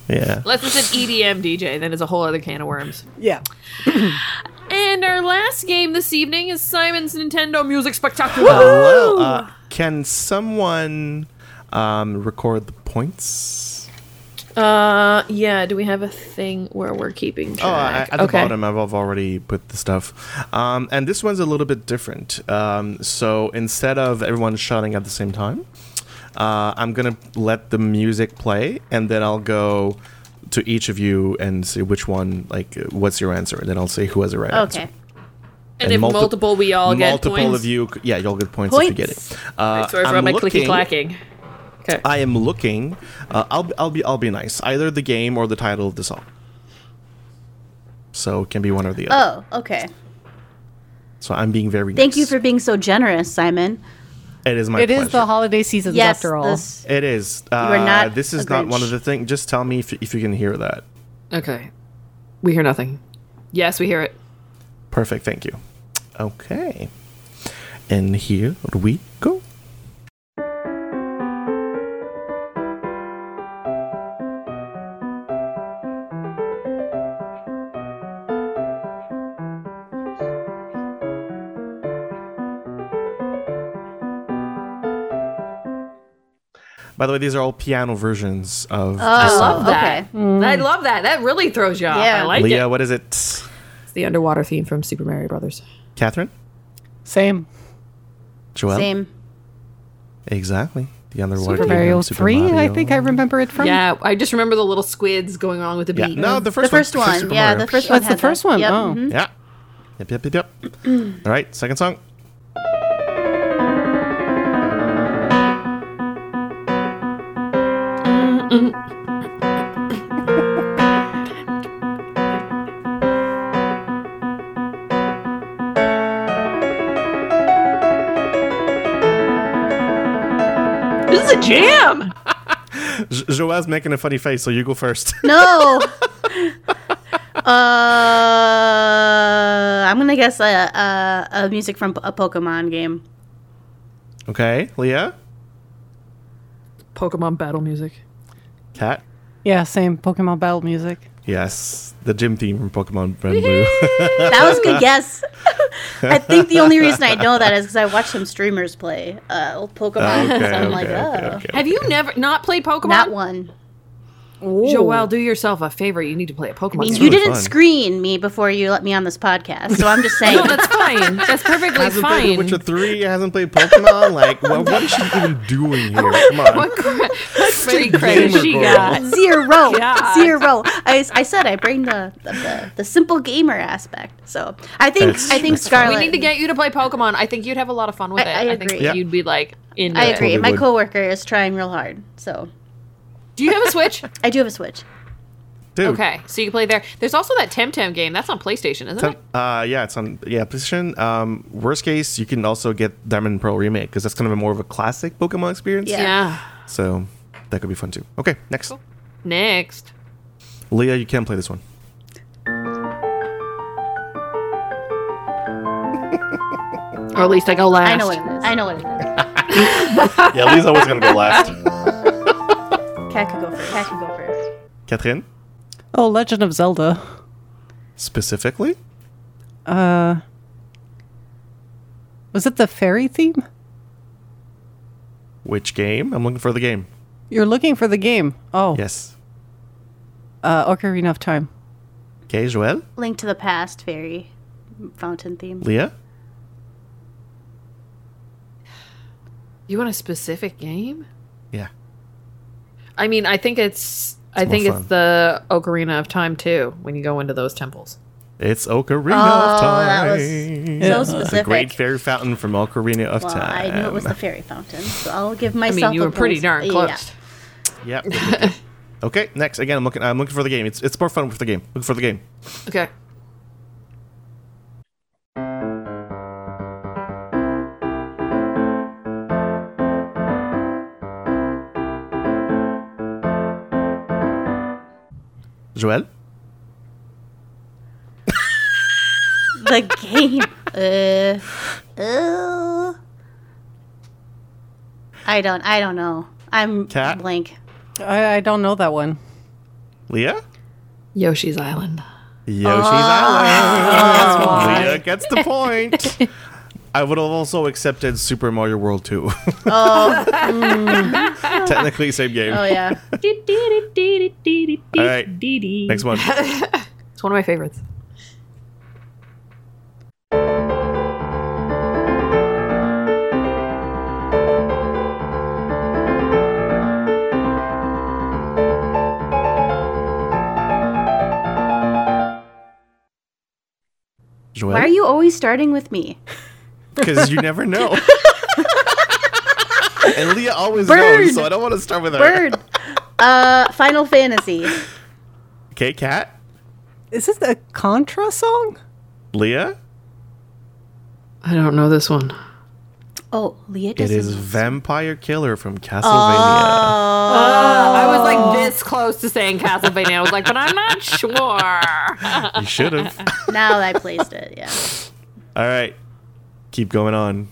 yeah. Unless it's an E EDM DJ, then it's a whole other can of worms. yeah, And our last game this evening is Simon's Nintendo Music Spectacular. Well, uh, can someone um, record the points? uh, yeah, do we have a thing where we're keeping Oh, I, track? at the bottom, I've, I've already put the stuff. Um, and this one's a little bit different. Um, so instead of everyone shouting at the same time, uh, I'm going to let the music play, and then I'll go to each of you and see which one, like, what's your answer, and then I'll say who has the right answer. Okay. And, if multi- multiple, we all get multiple points. of you, c- yeah, you'll get points, if you get Points. it. Uh, Sorry for I'm all my clicky looking- clacking. Okay. I am looking. Uh, I'll I'll be I'll be nice. Either the game or the title of the song. So it can be one or the other. Oh, okay. So I'm being very. Thank nice. you for being so generous, Simon. It is my It pleasure. is the holiday season Yes, after all. this- It is. Uh, are not this a is not one Grinch. of the things. Just tell me if, if you can hear that. Okay. We hear nothing. Yes, we hear it. Perfect. Thank you. Okay. And here we go. By the way, these are all piano versions of the I song. love that. Okay. I love that. That really throws you off. Yeah. I like Leah, it. what is it? It's the underwater theme from Super Mario Brothers. Catherine? Same. Joelle? Same. Exactly. The underwater Super theme Mario of Super 3, I Mario. think I remember it from. Yeah, I just remember the little squids going along with the Yeah. beat. No, The the first, first one. Super yeah, Mario. the first one. That's the had first that. one. Yep. Oh. mhm. Yeah. Yep, yep, yep, yep. All right, second song. This is a jam. Jo- Joelle's making a funny face, so you go first. No. uh, I'm gonna guess a, a, a music from a Pokemon game. okay, Leah, Pokemon battle music. Cat. Yeah, same. Pokemon battle music. Yes, the gym theme from Pokemon Red and Blue. That was a good guess. I think the only reason I know that is because I watched some streamers play uh, old Pokemon. so I'm like, oh, Have you never not played Pokemon? that one. Joelle, do yourself a favor. You need to play a Pokemon. I mean, game. That's you really didn't fun. screen me before you let me on this podcast, so I'm just saying. no, that's fine. That's perfectly Hasn't played fine. Witcher 3, hasn't played Pokemon. Like, well, what is she even doing here? Come on. What cra- what street cred gamer she girl. got? Zero, Yeah. zero. I, I said I bring the the, the the simple gamer aspect. So I think That's- I think that's fine. Scarlet. We need to get you to play Pokemon. I think you'd have a lot of fun with I- it. I think agree. Yeah. you'd be like in. I agree. Totally My would. coworker is trying real hard, so Do you have a Switch? I do have a Switch. Dude. okay, so you can play there. There's also that Temtem game. That's on PlayStation, isn't Tem- it? uh, yeah, it's on yeah PlayStation. Um, worst case, you can also get Diamond and Pearl remake because that's kind of a more of a classic Pokemon experience. Yeah. Yeah. So that could be fun too. Okay, next, Next. Leah, you can play this one. Or at least I go last. I know what it is. I know what it is. Yeah, Leah's always gonna go last. Cat could go first. Cat could go first. Catherine, Oh, Legend of Zelda. specifically, Uh, was it the fairy theme? which game? I'm looking for the game. You're looking for the game. Oh, Yes. uh, Ocarina of Time. Okay, Joel, Link to the Past, fairy fountain theme. Leah. You want a specific game? Yeah. I mean, I think it's. I more think it's fun. the Ocarina of Time too. When you go into those temples. It's Ocarina of Oh, Time. that was So the great specific. fairy fountain from Ocarina of Well, Time. I knew it was the fairy fountain, so I'll give I myself. mean, you a were pretty point. darn Yeah. close. Yep. okay, next. Again, I'm looking. I'm looking for the game. It's it's more fun with the game. Looking for the game. Okay. Joel. The game. uh, uh, I don't. I don't know. I'm Cat? blank. I, I don't know that one. Leah? Yoshi's Island. Yoshi's Ah. Oh, Island. Leah gets the point. I would have also accepted Super Mario World 2. Technically, same game. Oh yeah. All right. Next one. It's one of my favorites. Why are Joel? you always starting with me? Because you? never know. and Leah always Bird. knows, so I don't want to start with her. Bird. Uh, Final Fantasy. Okay, Cat? Is this a Contra song? Leah? I don't know this one. Oh, Leah It doesn't. is Vampire Killer from Ah. Castlevania. I was like this close to saying Castlevania. I was like, but I'm not sure. You should have. Now that I placed it, yeah. All right. Keep going on.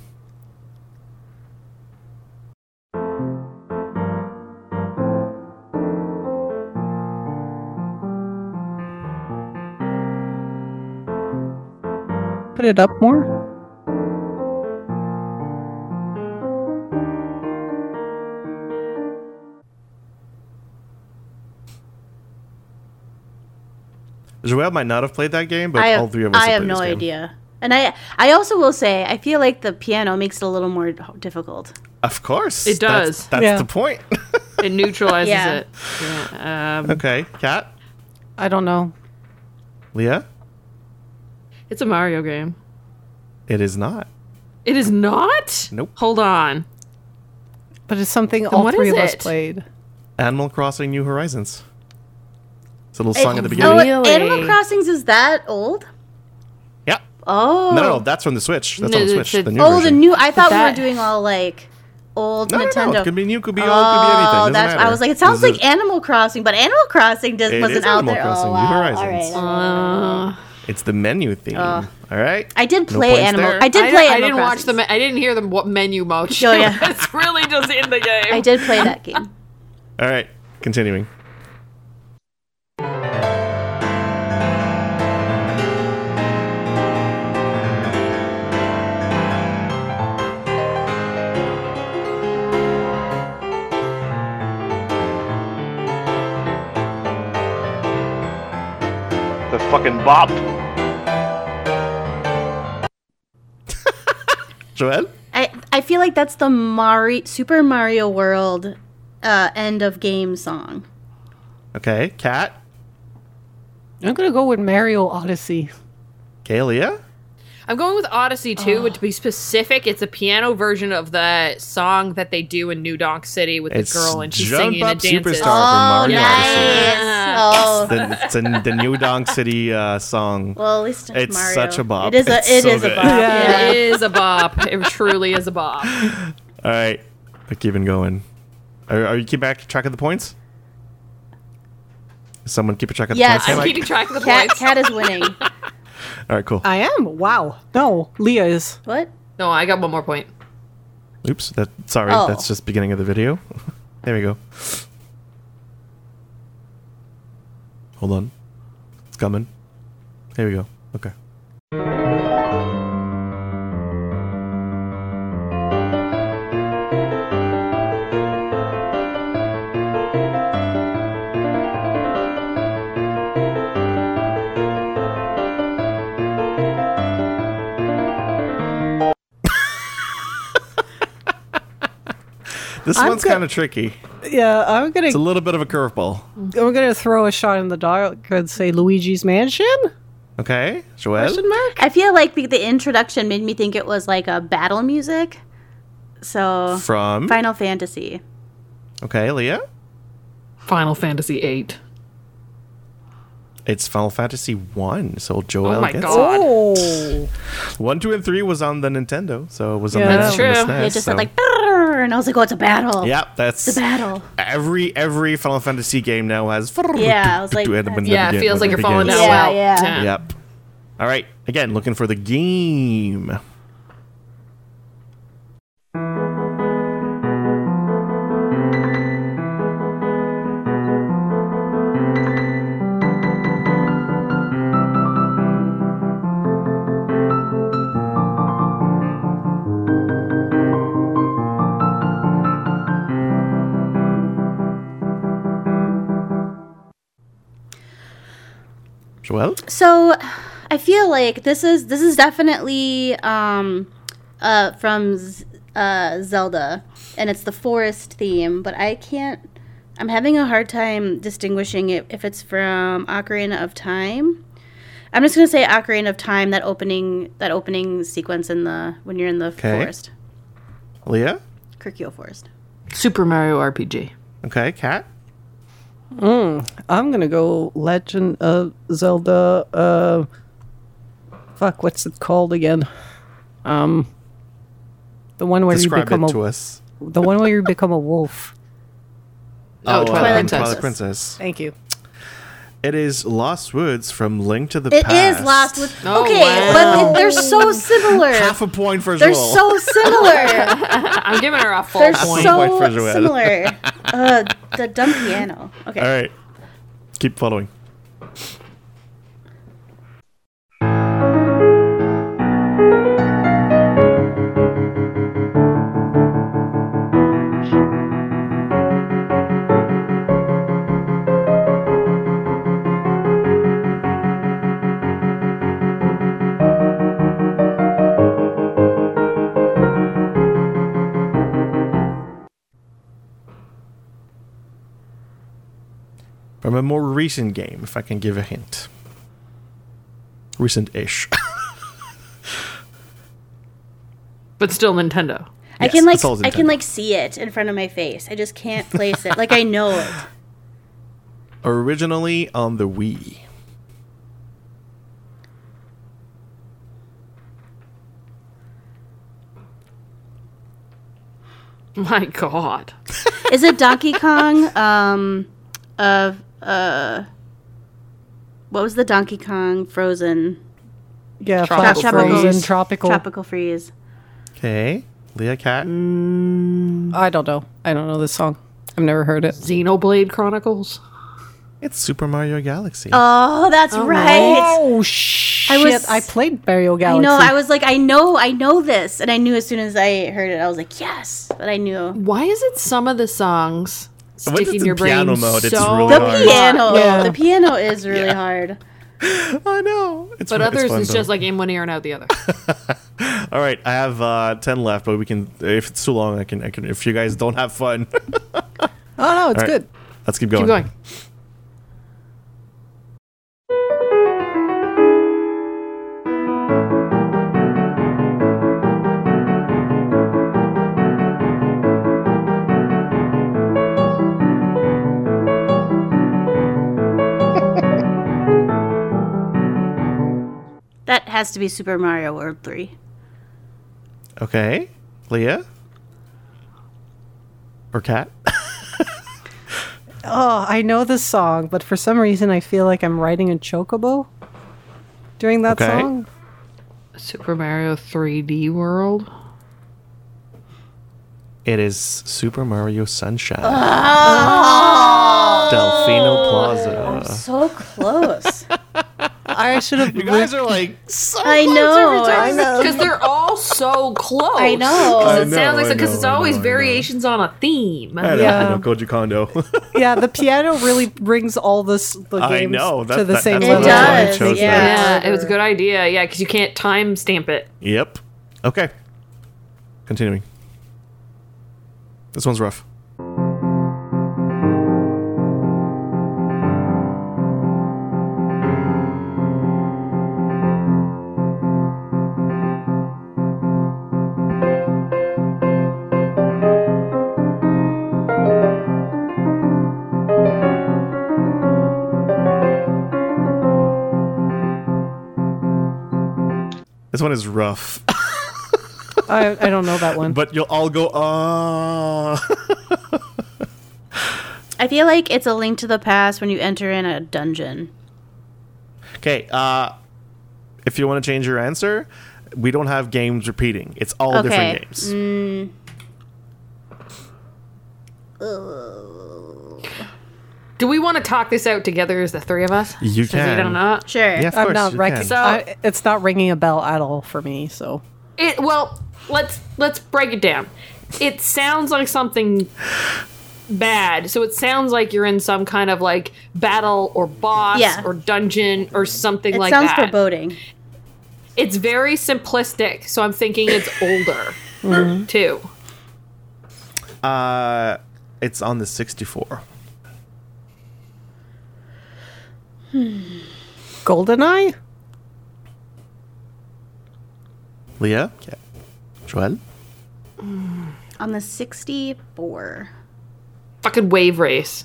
Put it up more. Joelle might not have played that game, but I have, all three of us I have played no this game. idea. And I, I also will say, I feel like the piano makes it a little more difficult. Of course. It That's- does. That's, Yeah. the point. It neutralizes Yeah. it. Yeah, um, okay. Kat? I don't know. Leah? it's a Mario game. It is not. It is not. Nope. Hold on. But it's something all what three is of us it? played. Animal Crossing New Horizons. It's a little song at the It- beginning. Oh, Really? Animal Crossings is that old? Yeah. Oh. No, no, no, that's from the Switch. That's No, on the it's Switch. a- The new oh, the version. new. I thought that- we were doing all like old no, no, Nintendo. No, it could be new, could be old, could be anything. Oh, doesn't that's. matter. I was like, it sounds This like is- Animal Crossing, but Animal Crossing does, It wasn't is out Animal there. oh, Crossing, New wow. All right, Horizons. all right. Uh, It's the menu theme. All right. I did No play points Animal. there. I did I, play. I Animal didn't watch Crossings. the. Me- I didn't hear the wa- menu much. Oh, yeah. it's really just in the game. I did play that game. All right. Continuing. The fucking bop. Joel? I I feel like that's the Mario Super Mario World uh, end of game song. Okay. Kat? I'm gonna go with Mario Odyssey. Okay, Leah? I'm going with Odyssey too, but to be specific, it's a piano version of the song that they do in New Donk City with It's the girl and she's Jump singing Up and dances. Superstar. From Mario Odyssey. Oh, The, it's a, the new Donk City uh, song. well, at least it's, It's Mario. such a bop. It is a It's it is so a good. bop. Yeah. Yeah. It is a bop. It truly is a bop. All right. But keep it going. Are, are you keep back track of the points? Is someone keep a track of the Yes. points? I'm Mike? keeping track of the Cat points. cat is winning. All right, cool. I am. Wow. No, Leah is. What? No, I got one more point. Oops. That sorry. Oh. That's just beginning of the video. there we go. Hold on. It's coming. Here we go. Okay. This I'm one's go- kind of tricky. Yeah, I'm gonna. It's a little bit of a curveball. I'm gonna throw a shot in the dark and say Luigi's Mansion? Okay, Joel. Question mark. I feel like the, the introduction made me think it was like a battle music. So From Final Fantasy. okay, Leah. Final Fantasy VIII. It's Final Fantasy One. So Joel Oh my gets God. Oh, it. one, two, and three was on the Nintendo. So it was on Yeah. the That's Nintendo true. SNES, It just so- said like "Brrr," and I was like, oh, it's a battle. Yeah, that's It's a battle. every every Final Fantasy game now has. Yeah, I was like, at the that's- beginning Yeah, of the it game- feels like of you're the falling game. down. Yeah, well. yeah. Yep. All right. Again, looking for the game. Joel. So I feel like this is this is definitely um uh from Z- uh Zelda and it's the forest theme, but I can't I'm having a hard time distinguishing it if it's from Ocarina of Time. I'm just going to say Ocarina of Time that opening that opening sequence in the when you're in the Okay. forest. Leah. Kirkio Forest. Super Mario RPG. Okay. Cat. I'm gonna go Legend of Zelda. Uh, fuck, what's it called again? Um, The one where you Describe become it a to us. the one where you become a wolf. Oh, Twilight um, Princess. Twilight Princess. Thank you. It is Lost Woods from Link to the It Past. is Lost Woods. Oh, okay, wow. but they're so similar. Half a point for they're Joel. so similar. I'm giving her a full they're point. Point for so Joelle. similar. Uh, the dumb piano. Okay. All right. Keep following. From a more recent game, if I can give a hint. Recent ish. but still Nintendo. I Yes, can like it's all I can Nintendo. like see it in front of my face. I just can't place it. Like I know it. Originally on the Wii. My God. Is it Donkey Kong? Um, of uh, what was the Donkey Kong Frozen Yeah, Tropical Flash Freeze. Frozen, tropical. Tropical Freeze? Okay. Leah Cat. Mm. I don't know. I don't know this song. I've never heard it. Xenoblade Chronicles. It's Super Mario Galaxy. Uh, Oh, that's right. Oh shit! I, was- played Mario I Galaxy. know. I was like, I know, I know this, and I knew as soon as I heard it, I was like, yes. But I knew Why is it some of the songs When stick it's in in your brain piano mode, so it's really the hard. piano. Yeah. The piano is really hard. I know. It's But fun- it's others fun is though. just like in one ear and out the other. All right, I have uh, ten left, but we can. If it's too long, I can. I can. If you guys don't have fun, oh no, it's All right. good. let's keep going. Keep going. That has to be Super Mario World three. Okay, Leah or Cat. Oh, I know this song, but for some reason I feel like I'm riding a chocobo during that Okay. song. Super Mario 3D World. It is Super Mario Sunshine. Oh. Delfino Plaza. So close. I should have. You guys are like so. I know. I know. Because they're all so close. I know. Because I it know, sounds I like because it's know, I always know, I know. variations on a theme. I know, Yeah. I know Koji Kondo. yeah, the piano really brings all this the I games know, that- to the that- same that's It level. why I does, chose that. yeah. Yeah, it was a good idea. Yeah, because you can't time stamp it. Yep. Okay. Continuing. This one's rough. This one is rough. I, I don't know that one. But you'll all go, ah. I feel like it's a link to the past when you enter in a dungeon. okay, uh, if you want to change your answer, we don't have games repeating. It's all different Okay. Mm. games. Do we want to talk this out together as the three of us? You Since We can. don't know. Sure. Yeah, of I'm course not you rec- can. So- I, It's not ringing a bell at all for me. So It well, let's let's break it down. It sounds like something bad. So it sounds like you're in some kind of like battle or boss Yeah. or dungeon or something It like sounds that. foreboding. It's very simplistic, so I'm thinking it's older Mm-hmm. too. Uh, it's on the 64. Goldeneye. Leah? Yeah. Joel? On the 64. Fucking wave race.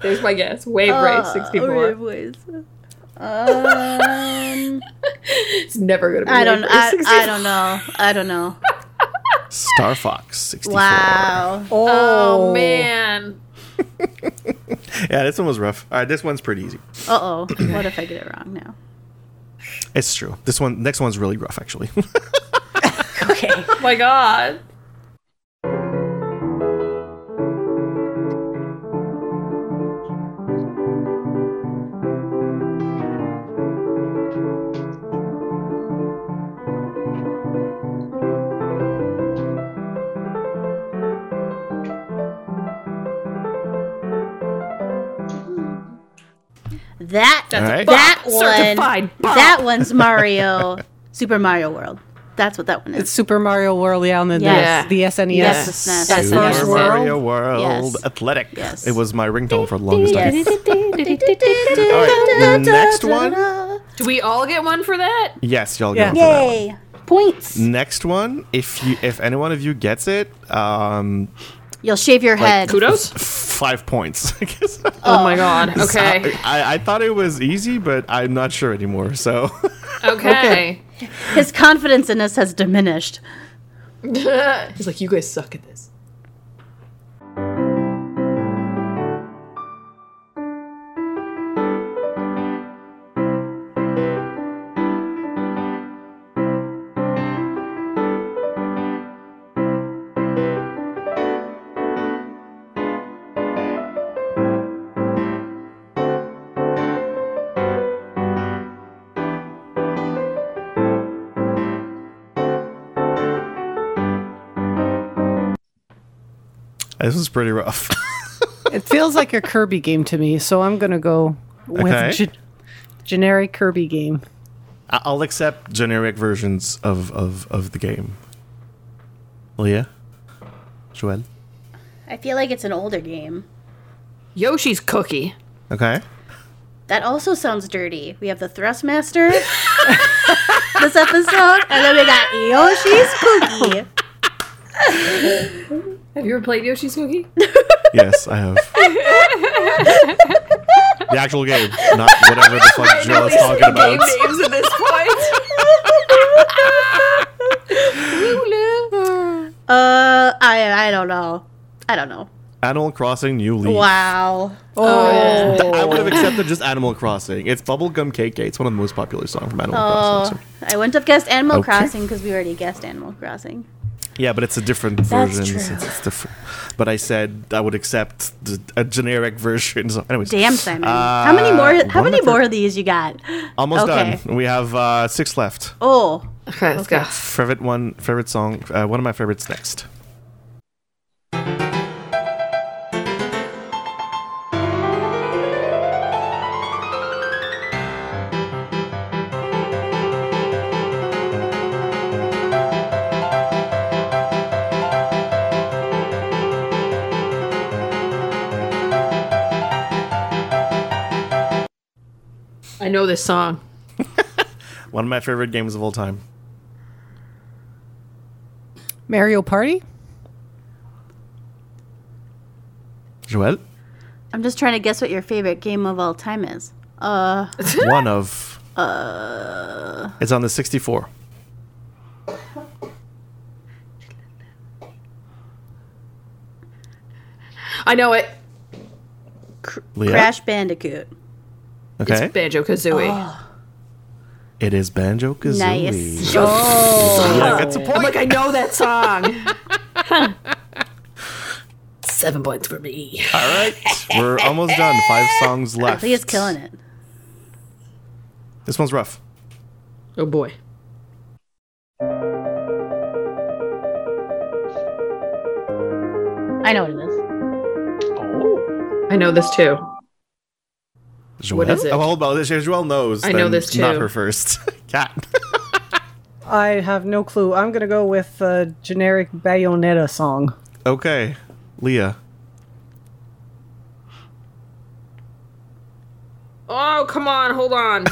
There's my guess. Wave race, 64. Uh, Anyways. Um, It's never gonna be. I don't. like I, this. I don't know. I don't know. Star Fox 64. Wow. Oh man. Yeah, this one was rough. All right, this one's pretty easy. Uh oh. What if I get it wrong now? It's true. This one, next one's really rough, actually. Okay. Oh my god. That All right. that Bop. one. Certified bop. That one's Mario. Super Mario World. That's what that one It's is. Super Mario World, yeah, on the, Yeah. the E SNES. E Yes, Yes. it's That's not- Super Super Mario World. Mario World Yes. Athletic. Yes. It was my ringtone for the longest time. Yes. All right, next one. Do we all get one for that? Yes, y'all Yeah. get yeah. that one. Yay! Points. Next one, if you, if any one of you gets it, um, You'll shave your head. Kudos. five points. I guess. Oh my god. Okay. I, I thought it was easy, but I'm not sure anymore. So, Okay. His confidence in us has diminished. He's like, you guys suck at this. this was pretty rough. It feels like a Kirby game to me, so I'm gonna go with Okay. ge- generic Kirby game. I- I'll accept generic versions of, of, of the game. Leah? Joel? I feel like it's an older game. Yoshi's cookie. Okay. That also sounds dirty. We have the Thrustmaster this episode, and then we got Yoshi's Cookie. Have you ever played Yoshi's cookie? Yes, I have. the actual game, not whatever the fuck Joel is talking about. names at this point. Uh, I I don't know. I don't know. Animal Crossing New Leaf. Wow. Oh, I would have accepted just Animal Crossing. It's Bubblegum Cake It's one of the most popular songs from Animal Oh, Crossing. so- I wouldn't have guessed Animal Okay. Crossing because we already guessed Animal Crossing. Yeah, but it's a different version. true. It's, it's different. But I said I would accept the, a generic version. So, anyways. Damn, Simon. how Uh, many more? How many wonderful. more of these you got? Almost Okay. done. We have uh, six left. Oh, Okay, let's go. Favorite one, favorite song, uh, one of my favorites next. I know this song. One of my favorite games of all time. Mario Party. Joel? I'm just trying to guess what your favorite game of all time is. Uh, one of. Uh, it's on the 64. I know it. Cr- Leah? Crash Bandicoot. Okay. It's Banjo Kazooie. it is Banjo Kazooie. Nice. Oh. Yeah, that's a point. I'm like, I know that song. Seven points for me. All right. We're almost done. Five songs left. Leah's killing it. This one's rough. Oh boy. I know what it is. I know this too. Joel? What is it? Oh, hold on. Joel knows. I know then this it's Not too. her first. Cat. I have no clue. I'm gonna go with a generic Bayonetta song. Okay. Leah. Oh, come on, hold on.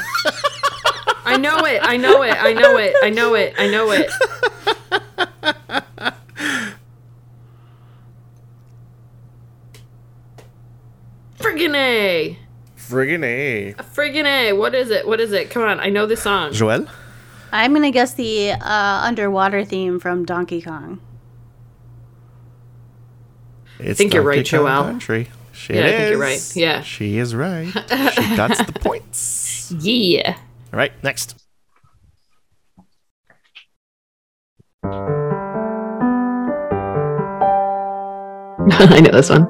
I know it. I know it. I know it. I know it. I know it. Freaking A. Friggin' A. Friggin' A. What is it? What is it? Come on. I know this song. Joel? I'm gonna guess the uh, underwater theme from Donkey Kong. It's think you're right, Donkey Kong Joel. Country. She Yeah, I think you're is. right. Yeah. She is right. She got the points. Yeah. All right, next. I know this one.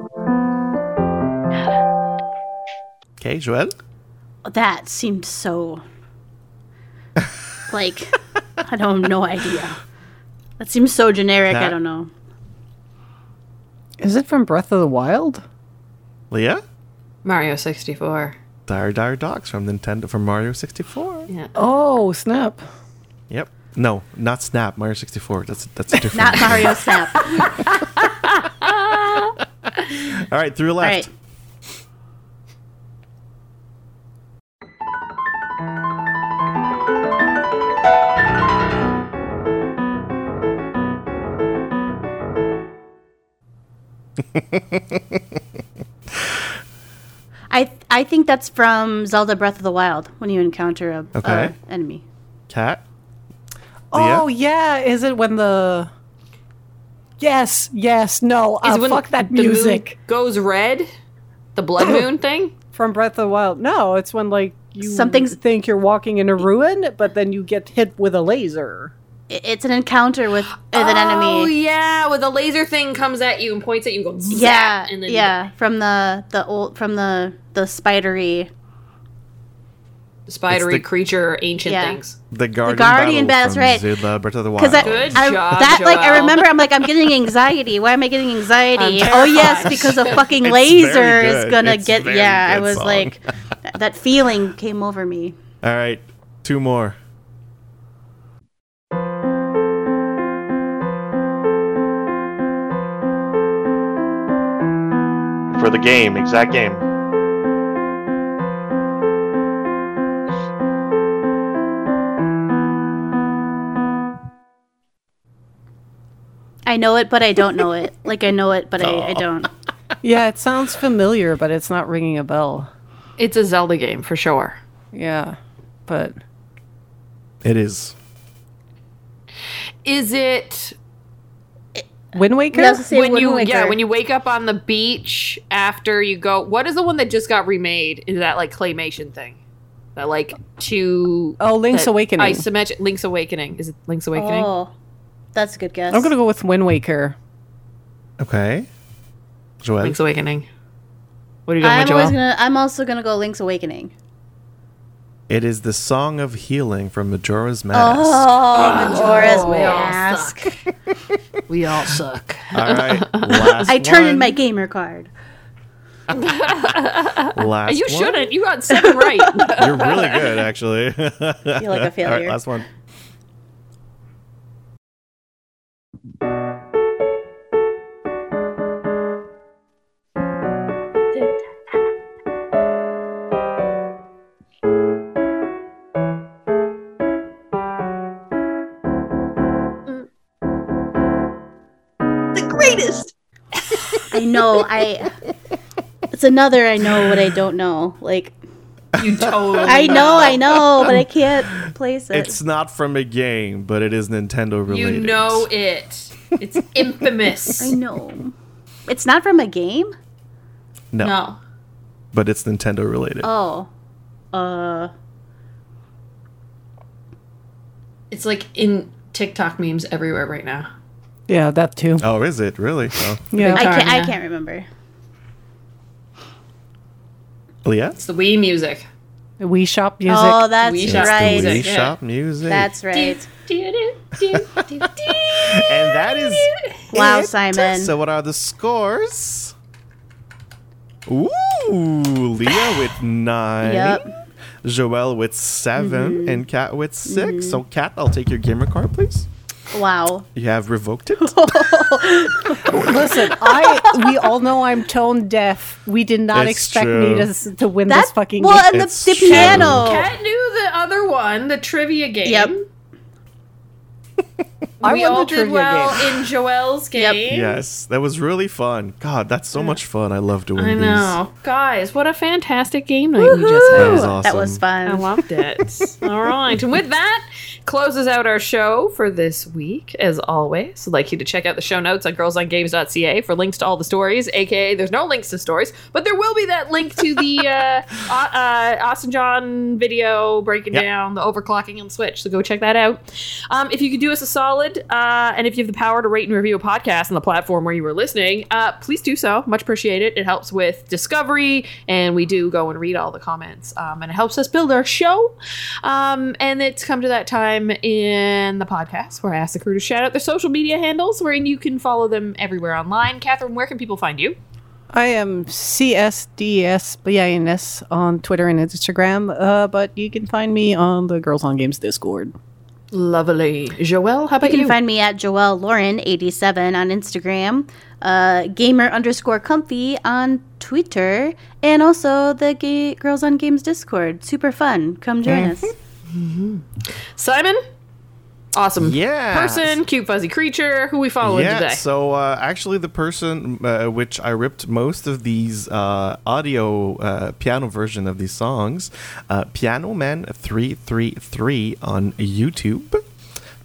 Okay, Joel. That seemed so. like, I don't have no idea. That seems so generic. I That- don't know. Is it from Breath of the Wild? Leah? Mario 64. Dire Dire Dogs from Nintendo from Mario 64. Yeah. Oh, snap. Yep. No, not Snap, Mario 64. That's that's a different. Not Mario Snap. All All right, through left. right. I I think that's from Zelda Breath of the Wild when you encounter a, a Okay. enemy. Cat. Oh, yeah. Is it when the. Yes, yes, no. Is Uh, it when fuck that the moon music. goes red. The blood moon thing. From Breath of the Wild. No, it's when, like, you Something's- think you're walking in a ruin, but then you get hit with a laser. I- It's an encounter with with an Oh enemy. yeah, well the laser thing comes at you and points at you and goes zap, Yeah, and then yeah, from the the old from the the spidery the spidery It's the- creature ancient Yeah. things. The Guardian, Guardian Battle Battle, from that's right. Zelda Breath of the Wild. because I, Good I- job, that like I Joel. remember I'm like I'm getting anxiety. Why am I getting anxiety? I'm Oh yes, terrified. because a fucking It's laser very is good. gonna It's get. very Yeah, I good was song. like, that feeling came over me. All right, two more. for the game, exact game. I know it, but I don't know it. Like I know it, but I, I don't. Yeah, it sounds familiar, but it's not ringing a bell. It's a Zelda game for sure. Yeah, but It is. Is it Wind Waker. No, it's the same when Wind you yeah Waker. when you wake up on the beach after you go? What is the one that just got remade? Is that like claymation thing? That like two Oh, Link's that Awakening. isometric Link's Awakening is it Link's Awakening? Oh, that's a good guess. I'm gonna go with Wind Waker. Okay. Joel. Link's Awakening. What are you doing, I'm with always Joel? gonna. I'm also gonna go Link's Awakening. It is the Song of Healing from Majora's Mask. Oh, Majora's Oh, Mask. We all suck. All right. Last I turn in one, my gamer card. Last You one. shouldn't. You got seven right. You're really good, actually. I feel like a All right, failure. last one. I know. I. It's another. I know what I don't know. Like you totally. I know, I know, but I can't place it. It's not from a game, but it is Nintendo You related. know it. It's I infamous. know. It's not from a game. No, no. but it's Nintendo related. Oh. Uh. It's like in TikTok memes everywhere right now. Yeah, that too. oh, is it really? Oh. Yeah, I can't. I Tarnia. can't remember. Leah? It's the Wii music. Wii Shop music. Oh, that's We shop It's the right. Wii Yeah. Shop music. That's right. and that is Wow, it. Simon. So, what are the scores? Ooh, Leah with nine. Yep. Joelle with 7 and Kat with 6 So, Kat, I'll take your gamer card, please. Wow. You have revoked it. Listen, I we all know I'm tone deaf. We did not It's expect true. me to s- to win That this fucking well, game. and the, It's the true. piano. Kat knew the other one, the trivia game. Yep. I we won the all did trivia well game. in Joelle's Yep. game. Yes, that was really fun. God, that's so much fun. I love doing I these. know, guys. What a fantastic game night we just had. That was awesome. That was fun. I loved it. All right. And with that, closes out our show for this week. As always, I'd like you to check out the show notes on girlsongames.ca for links to all the stories, aka there's no links to stories, but there will be that link to the uh, uh, uh, Austin John video breaking Yep. down the overclocking on Switch. So go check that out. Um, if you could do us a solid, uh, and if you have the power to rate and review a podcast on the platform where you were listening, uh, please do so. Much appreciated. It helps with discovery, and we do go and read all the comments, um, and it helps us build our show. Um, and it's come to that time in the podcast where I ask the crew to shout out their social media handles, wherein you can follow them everywhere online. Catherine, where can people find you? I am CSDSBINS on Twitter and Instagram, uh, but you can find me on the Girls on Games Discord. Lovely, Joelle. How about You can find me at Joelle Lauren eighty seven on Instagram, uh, gamer underscore comfy on Twitter, and also the Ga Girls on Games Discord. Super fun! Come join us. Simon. Awesome. Yeah. Person, cute fuzzy creature. Who we following Yeah, today? so uh, actually, the person uh, which I ripped most of these uh, audio uh, piano version of these songs, uh, Piano Man three three three on YouTube.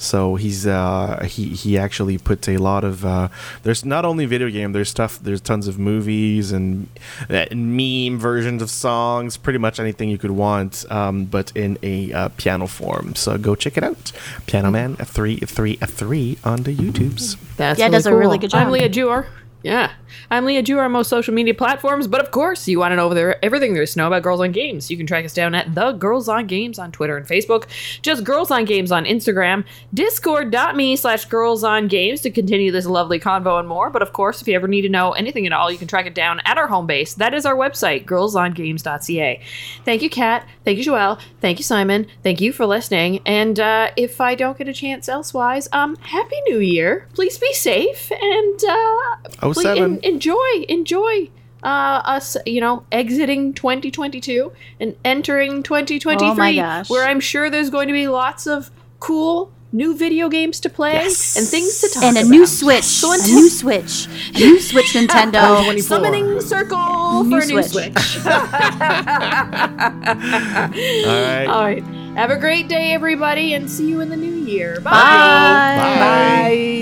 So he's uh, he he actually puts a lot of uh, there's not only video game there's stuff there's tons of movies and uh, meme versions of songs pretty much anything you could want um, but in a uh, piano form so go check it out Piano Man three three three on the YouTubes. That's Yeah, really does a cool. really good I'm job. Leah Jewar. Yeah, I'm Leah Jewar on most social media platforms, but of course, you want to know there, everything there is to know about Girls on Games. You can track us down at The Girls on Games on Twitter and Facebook, just Girls on Games on Instagram, discord.me slash Girls on Games to continue this lovely convo and more. But of course, if you ever need to know anything at all, you can track it down at our home base. That is our website, girlsongames.ca. Thank you, Kat. Thank you, Joelle. Thank you, Simon. Thank you for listening. And uh, if I don't get a chance elsewise, um, Happy New Year. Please be safe and uh, Oh, please seven. enjoy, enjoy uh, us, you know, exiting 2022 and entering 2023, Oh my gosh. where I'm sure there's going to be lots of cool new video games to play and things to talk And a about. new Switch, a new Switch, a new Switch Nintendo. Summoning circle for New a new Switch. Switch. All right. All right. Have a great day, everybody, and see you in the new year. Bye. Bye. Bye. Bye.